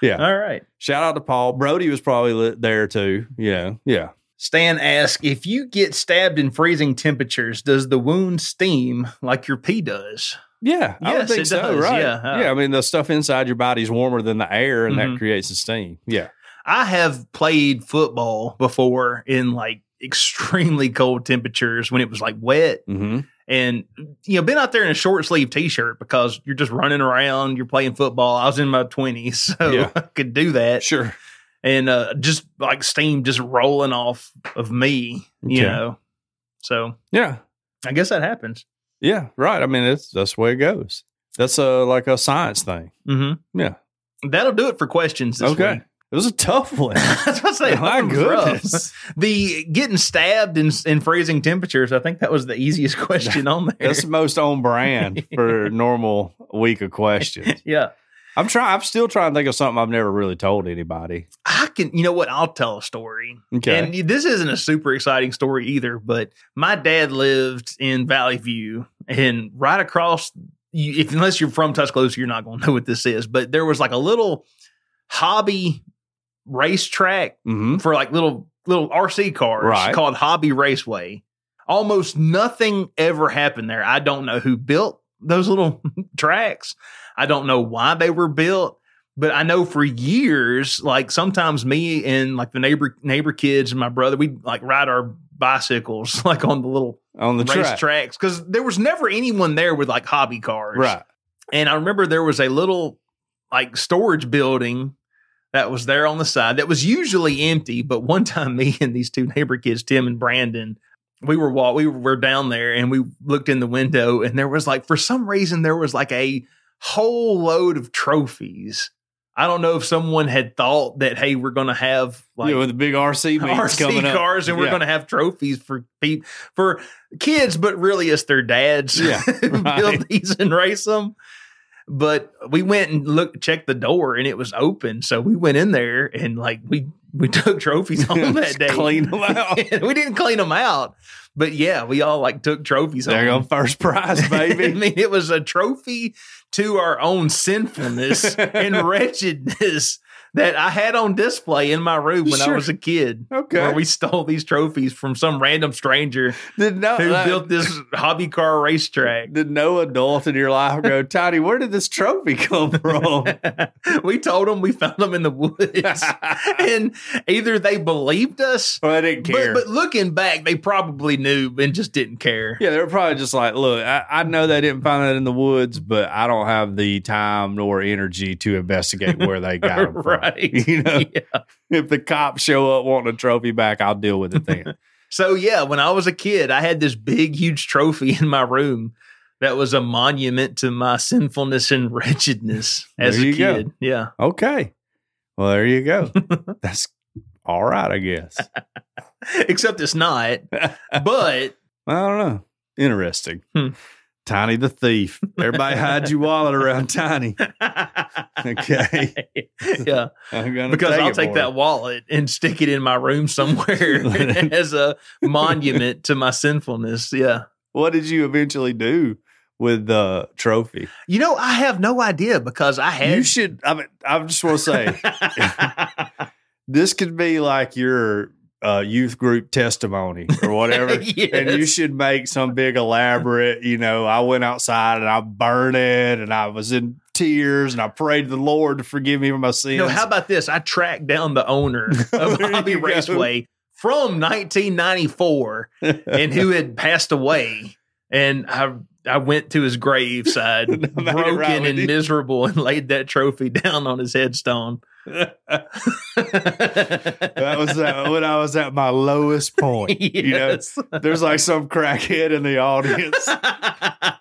[SPEAKER 3] Yeah.
[SPEAKER 2] All right.
[SPEAKER 3] Shout out to Paul Brody was probably li- there too. Yeah, yeah.
[SPEAKER 2] Stan asks, if you get stabbed in freezing temperatures, does the wound steam like your pee does?
[SPEAKER 3] Yeah, I would
[SPEAKER 2] Yes,
[SPEAKER 3] think
[SPEAKER 2] it
[SPEAKER 3] so.
[SPEAKER 2] does.
[SPEAKER 3] Right?
[SPEAKER 2] Yeah, uh,
[SPEAKER 3] yeah. I mean, the stuff inside your body's warmer than the air, and
[SPEAKER 2] Mhm.
[SPEAKER 3] that creates the steam. Yeah.
[SPEAKER 2] I have played football before in like extremely cold temperatures when it was like wet
[SPEAKER 3] Mm-hmm.
[SPEAKER 2] and you know been out there in a short sleeve t-shirt because you're just running around you're playing football i was in my 20s so
[SPEAKER 3] Yeah.
[SPEAKER 2] i could do that
[SPEAKER 3] Sure.
[SPEAKER 2] and uh just like steam just rolling off of me you
[SPEAKER 3] Okay.
[SPEAKER 2] know so
[SPEAKER 3] Yeah.
[SPEAKER 2] i guess that happens
[SPEAKER 3] Yeah. Right. I mean, it's, that's the way it goes. That's a, like a science thing.
[SPEAKER 2] mm-hmm.
[SPEAKER 3] Yeah.
[SPEAKER 2] that'll do it for questions this
[SPEAKER 3] okay.
[SPEAKER 2] week.
[SPEAKER 3] It was a tough one.
[SPEAKER 2] that's what i say
[SPEAKER 3] My
[SPEAKER 2] that one's rough.
[SPEAKER 3] goodness.
[SPEAKER 2] the getting stabbed in, in freezing temperatures i think that was the easiest question on there
[SPEAKER 3] That's the most on brand for normal week of questions.
[SPEAKER 2] yeah
[SPEAKER 3] I'm trying. I'm still trying to think of something I've never really told anybody.
[SPEAKER 2] i can you know what i'll tell a story
[SPEAKER 3] Okay.
[SPEAKER 2] And this isn't a super exciting story either, but my dad lived in Valley View and right across you, if unless you're from Tuscaloosa, you're not going to know what this is, but there was like a little hobby racetrack
[SPEAKER 3] mm-hmm.
[SPEAKER 2] for like little little RC cars
[SPEAKER 3] Right.
[SPEAKER 2] called Hobby Raceway. Almost nothing ever happened there. I don't know who built those little tracks. I don't know why they were built, but I know for years, like sometimes me and like the neighbor neighbor kids and my brother, we'd like ride our bicycles like on the little
[SPEAKER 3] On the
[SPEAKER 2] race
[SPEAKER 3] track.
[SPEAKER 2] tracks because there was never anyone there with like hobby cars.
[SPEAKER 3] Right.
[SPEAKER 2] And I remember there was a little like storage building that was there on the side that was usually empty. But one time, me and these two neighbor kids, Tim and Brandon, we were walk we were down there and we looked in the window and there was like for some reason there was like a whole load of trophies. I don't know if someone had thought that hey we're gonna have like
[SPEAKER 3] yeah, with the big RC meets coming
[SPEAKER 2] RC
[SPEAKER 3] up.
[SPEAKER 2] cars, and we're
[SPEAKER 3] Yeah.
[SPEAKER 2] going to have trophies for pe- for kids, but really it's their dads
[SPEAKER 3] Yeah,
[SPEAKER 2] who
[SPEAKER 3] right.
[SPEAKER 2] build these and race them. But we went and looked, checked the door, and it was open. So we went in there and like we we took trophies home that
[SPEAKER 3] Just
[SPEAKER 2] day.
[SPEAKER 3] clean them out.
[SPEAKER 2] we didn't clean them out, but yeah, we all like took trophies
[SPEAKER 3] There you go,
[SPEAKER 2] home.
[SPEAKER 3] first prize,
[SPEAKER 2] I
[SPEAKER 3] baby.
[SPEAKER 2] mean, it was a trophy to our own sinfulness and wretchedness that I had on display in my room when I
[SPEAKER 3] Sure.
[SPEAKER 2] was a kid.
[SPEAKER 3] okay,
[SPEAKER 2] Where we stole these trophies from some random stranger
[SPEAKER 3] did no
[SPEAKER 2] who
[SPEAKER 3] uh,
[SPEAKER 2] built this hobby car racetrack.
[SPEAKER 3] did no adult in your life go, Tiny? Where did this trophy come from?
[SPEAKER 2] we told them we found them in the woods, and either they believed us,
[SPEAKER 3] Well, I didn't
[SPEAKER 2] but,
[SPEAKER 3] care.
[SPEAKER 2] but looking back, they probably knew and just didn't care.
[SPEAKER 3] yeah, they were probably just like, look, I, I know they didn't find that in the woods, but I don't have the time nor energy to investigate where they got them from.
[SPEAKER 2] Right.
[SPEAKER 3] You know,
[SPEAKER 2] Yeah.
[SPEAKER 3] if the cops show up wanting a trophy back, I'll deal with it then.
[SPEAKER 2] So yeah, when I was a kid, I had this big, huge trophy in my room that was a monument to my sinfulness and wretchedness as
[SPEAKER 3] There
[SPEAKER 2] a
[SPEAKER 3] you go.
[SPEAKER 2] kid. Yeah.
[SPEAKER 3] okay. Well, there you go. That's all right, I guess.
[SPEAKER 2] Except it's not. But
[SPEAKER 3] I don't know. Interesting.
[SPEAKER 2] Hmm.
[SPEAKER 3] Tiny the thief. Everybody hide your wallet around Tiny. Okay.
[SPEAKER 2] yeah,
[SPEAKER 3] I'm gonna
[SPEAKER 2] because I'll
[SPEAKER 3] it
[SPEAKER 2] take
[SPEAKER 3] for
[SPEAKER 2] that
[SPEAKER 3] him.
[SPEAKER 2] wallet and stick it in my room somewhere as a monument to my sinfulness. Yeah.
[SPEAKER 3] What did you eventually do with the trophy?
[SPEAKER 2] You know, I have no idea because I had
[SPEAKER 3] You should. I mean, I just want to say this could be like your uh, youth group testimony or whatever.
[SPEAKER 2] Yes.
[SPEAKER 3] And you should make some big elaborate, you know, I went outside and I burned it and I was in tears and I prayed to the Lord to forgive me for my sins.
[SPEAKER 2] No, how about this? I tracked down the owner of
[SPEAKER 3] There
[SPEAKER 2] Hobby
[SPEAKER 3] you go.
[SPEAKER 2] Raceway from 1994 and who had passed away. And I I went to his graveside,
[SPEAKER 3] Made it right
[SPEAKER 2] broken
[SPEAKER 3] with
[SPEAKER 2] and
[SPEAKER 3] you.
[SPEAKER 2] miserable, and laid that trophy down on his headstone.
[SPEAKER 3] that was uh, when I was at my lowest point. You know,
[SPEAKER 2] yes.
[SPEAKER 3] there's like some crackhead in the audience.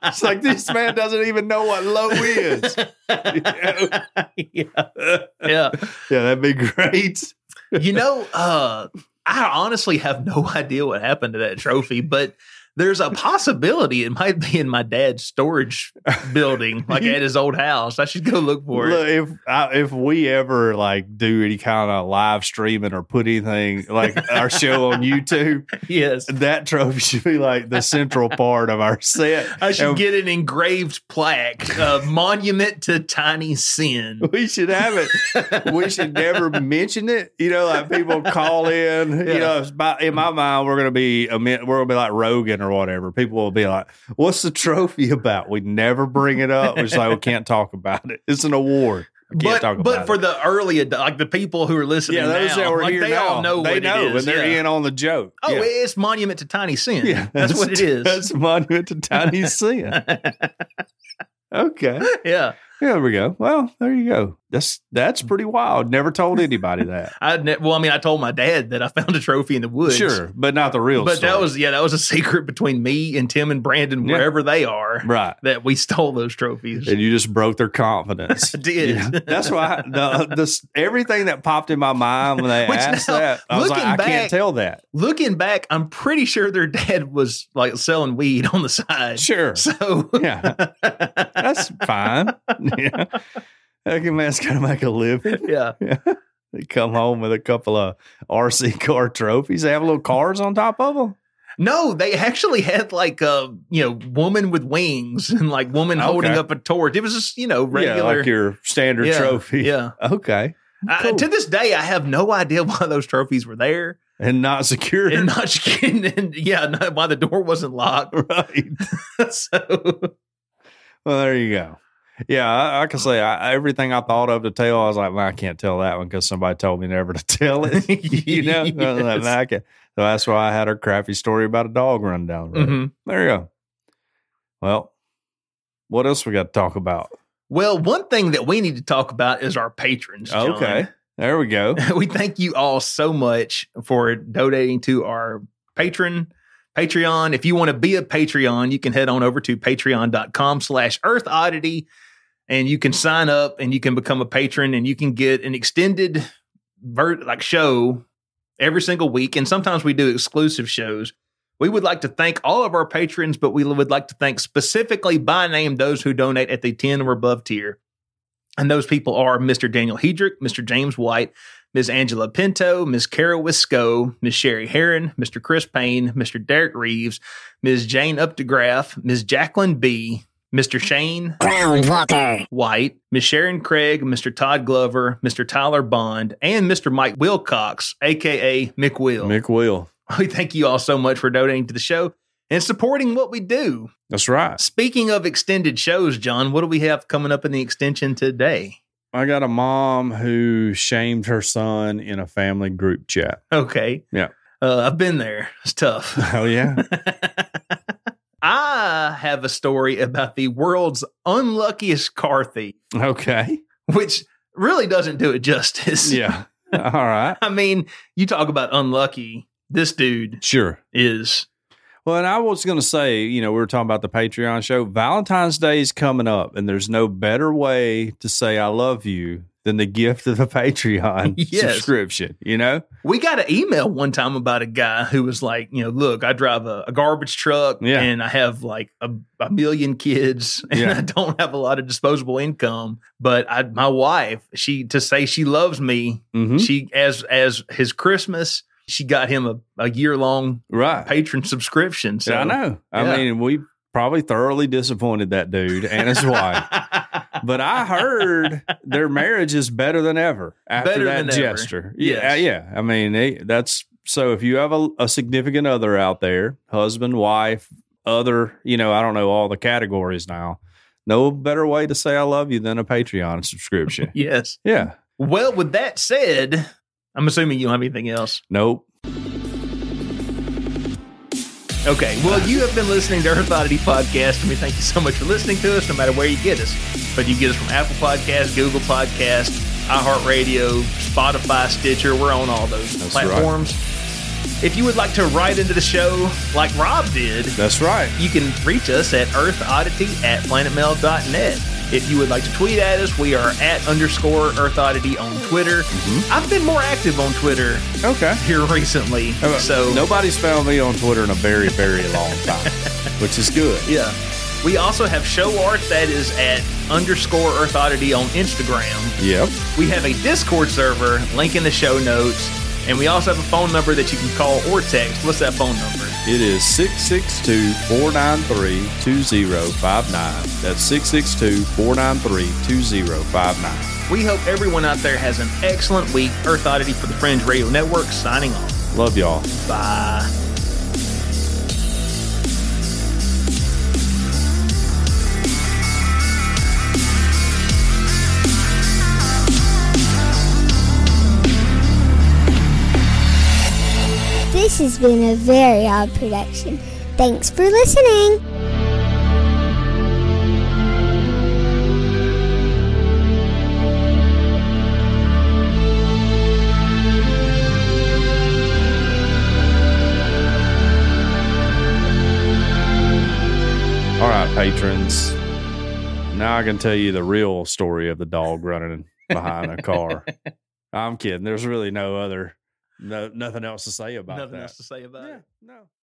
[SPEAKER 3] It's like this man doesn't even know what low is.
[SPEAKER 2] yeah. yeah.
[SPEAKER 3] Yeah, that'd be great.
[SPEAKER 2] you know, uh, I honestly have no idea what happened to that trophy, but there's a possibility it might be in my dad's storage building, like at his old house. I should go look for
[SPEAKER 3] Look,
[SPEAKER 2] it.
[SPEAKER 3] if I, if we ever like do any kind of live streaming or put anything like our show on YouTube,
[SPEAKER 2] Yes.
[SPEAKER 3] that trophy should be like the central part of our set.
[SPEAKER 2] I should
[SPEAKER 3] And
[SPEAKER 2] get an engraved plaque, a monument to tiny sin.
[SPEAKER 3] We should have it. We should never mention it. You know, like people call in.
[SPEAKER 2] Yeah.
[SPEAKER 3] You know, it's by, in my mind, we're gonna be a min- we're gonna be like Rogan or whatever. People will be like, "What's the trophy about?" We never bring it up. We're just like, we can't talk about it. It's an award. I can't
[SPEAKER 2] but
[SPEAKER 3] talk
[SPEAKER 2] but
[SPEAKER 3] about
[SPEAKER 2] for
[SPEAKER 3] it.
[SPEAKER 2] the early ad- like the people who are listening,
[SPEAKER 3] yeah, those
[SPEAKER 2] now,
[SPEAKER 3] that were
[SPEAKER 2] like,
[SPEAKER 3] here
[SPEAKER 2] they
[SPEAKER 3] now,
[SPEAKER 2] all know
[SPEAKER 3] they
[SPEAKER 2] what
[SPEAKER 3] know,
[SPEAKER 2] it is.
[SPEAKER 3] and they're
[SPEAKER 2] yeah.
[SPEAKER 3] in on the joke.
[SPEAKER 2] Oh,
[SPEAKER 3] yeah.
[SPEAKER 2] it's monument to tiny sin.
[SPEAKER 3] yeah,
[SPEAKER 2] that's, what it is.
[SPEAKER 3] That's monument to tiny sin. Okay,
[SPEAKER 2] yeah,
[SPEAKER 3] there we go. Well, there you go. That's that's pretty wild. Never told anybody that.
[SPEAKER 2] I ne- well, I mean, I told my dad that I found a trophy in the woods.
[SPEAKER 3] Sure, but not the real.
[SPEAKER 2] but that
[SPEAKER 3] story.
[SPEAKER 2] was yeah, that was a secret between me and Tim and Brandon
[SPEAKER 3] Yeah.
[SPEAKER 2] wherever they are
[SPEAKER 3] right.
[SPEAKER 2] that we stole those trophies.
[SPEAKER 3] and you just broke their confidence.
[SPEAKER 2] I did.
[SPEAKER 3] That's why the, uh, this everything that popped in my mind when they
[SPEAKER 2] Which
[SPEAKER 3] asked
[SPEAKER 2] now,
[SPEAKER 3] that, I was like,
[SPEAKER 2] looking
[SPEAKER 3] I
[SPEAKER 2] back-
[SPEAKER 3] can't tell that.
[SPEAKER 2] Looking back, I'm pretty sure their dad was like selling weed on the side.
[SPEAKER 3] Sure,
[SPEAKER 2] So
[SPEAKER 3] yeah, that's fine. Yeah, I can man's kind of make a living.
[SPEAKER 2] yeah,
[SPEAKER 3] They come home with a couple of RC car trophies. They have little cars on top of them.
[SPEAKER 2] no, they actually had like a you know woman with wings and like woman holding
[SPEAKER 3] Oh, Okay.
[SPEAKER 2] up a torch. It was just you know regular.
[SPEAKER 3] yeah, like your standard
[SPEAKER 2] Yeah,
[SPEAKER 3] trophy.
[SPEAKER 2] yeah.
[SPEAKER 3] okay,
[SPEAKER 2] I,
[SPEAKER 3] Cool.
[SPEAKER 2] to this day, I have no idea why those trophies were there
[SPEAKER 3] and not secured.
[SPEAKER 2] and not and, and yeah, not, why the door wasn't locked.
[SPEAKER 3] right.
[SPEAKER 2] so
[SPEAKER 3] Well, there you go. Yeah, I, I can say I, everything I thought of to tell. I was like, well, I can't tell that one because somebody told me never to tell it. you know, I was like,
[SPEAKER 2] Yes.
[SPEAKER 3] "Nah, I can't." so that's why I had a crappy story about a dog running down the road.
[SPEAKER 2] Mhm.
[SPEAKER 3] There you go. Well, what else we got to talk about?
[SPEAKER 2] Well, one thing that we need to talk about is our patrons. John.
[SPEAKER 3] Okay, there we go.
[SPEAKER 2] we thank you all so much for donating to our patron patreon if you want to be a patreon you can head on over to patreon.com slash earth oddity and you can sign up and you can become a patron and you can get an extended ver- like show every single week and sometimes we do exclusive shows we would like to thank all of our patrons but we would like to thank specifically by name those who donate at the 10 or above tier and those people are mr daniel hedrick mr james white Ms. Angela Pinto, Ms. Kara Wisco, Ms. Sherry Heron, Mr. Chris Payne, Mr. Derek Reeves, Ms. Jane Updegraff, Ms. Jacqueline B., Mr. Shane
[SPEAKER 5] Groundwalker.
[SPEAKER 2] White, Ms. Sharon Craig, Mr. Todd Glover, Mr. Tyler Bond, and Mr. Mike Wilcox, aka Mick Will.
[SPEAKER 3] Mick Will.
[SPEAKER 2] We thank you all so much for donating to the show and supporting what we do.
[SPEAKER 3] That's right.
[SPEAKER 2] Speaking of extended shows, John, what do we have coming up in the extension today?
[SPEAKER 3] I got a mom who shamed her son in a family group chat.
[SPEAKER 2] Okay.
[SPEAKER 3] Yeah.
[SPEAKER 2] Uh, I've been there. It's tough.
[SPEAKER 3] Oh yeah.
[SPEAKER 2] I have a story about the world's unluckiest car thief,
[SPEAKER 3] okay.
[SPEAKER 2] which really doesn't do it justice.
[SPEAKER 3] Yeah. All right.
[SPEAKER 2] I mean, you talk about unlucky. This dude
[SPEAKER 3] Sure.
[SPEAKER 2] is.
[SPEAKER 3] Well, and I was going to say, you know, we were talking about the Patreon show. Valentine's Day is coming up, and there's no better way to say I love you than the gift of a Patreon
[SPEAKER 2] Yes.
[SPEAKER 3] subscription, you know?
[SPEAKER 2] We got an email one time about a guy who was like, you know, look, I drive a, a garbage truck
[SPEAKER 3] Yeah.
[SPEAKER 2] and I have like a, a million kids and
[SPEAKER 3] Yeah.
[SPEAKER 2] I don't have a lot of disposable income. But I, my wife, she to say she loves me,
[SPEAKER 3] Mm-hmm.
[SPEAKER 2] she as as his Christmas, she got him a, a year long
[SPEAKER 3] Right.
[SPEAKER 2] patron subscription. So
[SPEAKER 3] I know. I
[SPEAKER 2] Yeah.
[SPEAKER 3] mean, we probably thoroughly disappointed that dude and his wife. But I heard their marriage is better than ever after
[SPEAKER 2] Better
[SPEAKER 3] that
[SPEAKER 2] than ever.
[SPEAKER 3] gesture. Yeah,
[SPEAKER 2] Yes.
[SPEAKER 3] yeah. I mean, they, that's so. If you have a, a significant other out there, husband, wife, other, you know, I don't know all the categories now. No better way to say I love you than a Patreon subscription.
[SPEAKER 2] yes.
[SPEAKER 3] yeah.
[SPEAKER 2] Well, with that said, I'm assuming you don't have anything else.
[SPEAKER 3] Nope.
[SPEAKER 2] Okay. Well, you have been listening to Earth Oddity Podcast, and we thank you so much for listening to us, no matter where you get us. But you get us from Apple Podcasts, Google Podcasts, iHeartRadio, Spotify, Stitcher. We're on all those
[SPEAKER 3] That's right.
[SPEAKER 2] platforms. If you would like to write into the show like Rob did,
[SPEAKER 3] That's right.
[SPEAKER 2] you can reach us at earthoddity at planetmail.net. If you would like to tweet at us, we are at underscore earthoddity on Twitter.
[SPEAKER 3] Mm-hmm.
[SPEAKER 2] I've been more active on Twitter
[SPEAKER 3] Okay.
[SPEAKER 2] here recently.
[SPEAKER 3] Uh,
[SPEAKER 2] so,
[SPEAKER 3] nobody's found me on Twitter in a very, very long time, which is good.
[SPEAKER 2] yeah. We also have show art that is at underscore earthoddity on Instagram.
[SPEAKER 3] Yep.
[SPEAKER 2] We have a Discord server, link in the show notes, and we also have a phone number that you can call or text. What's that phone number?
[SPEAKER 3] It is 662 493 2059. That's 662 493 2059.
[SPEAKER 2] We hope everyone out there has an excellent week. Earth Oddity for the Fringe Radio Network signing off.
[SPEAKER 3] Love y'all.
[SPEAKER 2] Bye.
[SPEAKER 5] Groundwalker. This has been a very odd production. Thanks for listening.
[SPEAKER 3] All right, patrons. Now I can tell you the real story of the dog running behind a car. I'm kidding. There's really no other, no nothing else to say about
[SPEAKER 2] Nothing
[SPEAKER 3] that.
[SPEAKER 2] else to say about it.
[SPEAKER 3] no.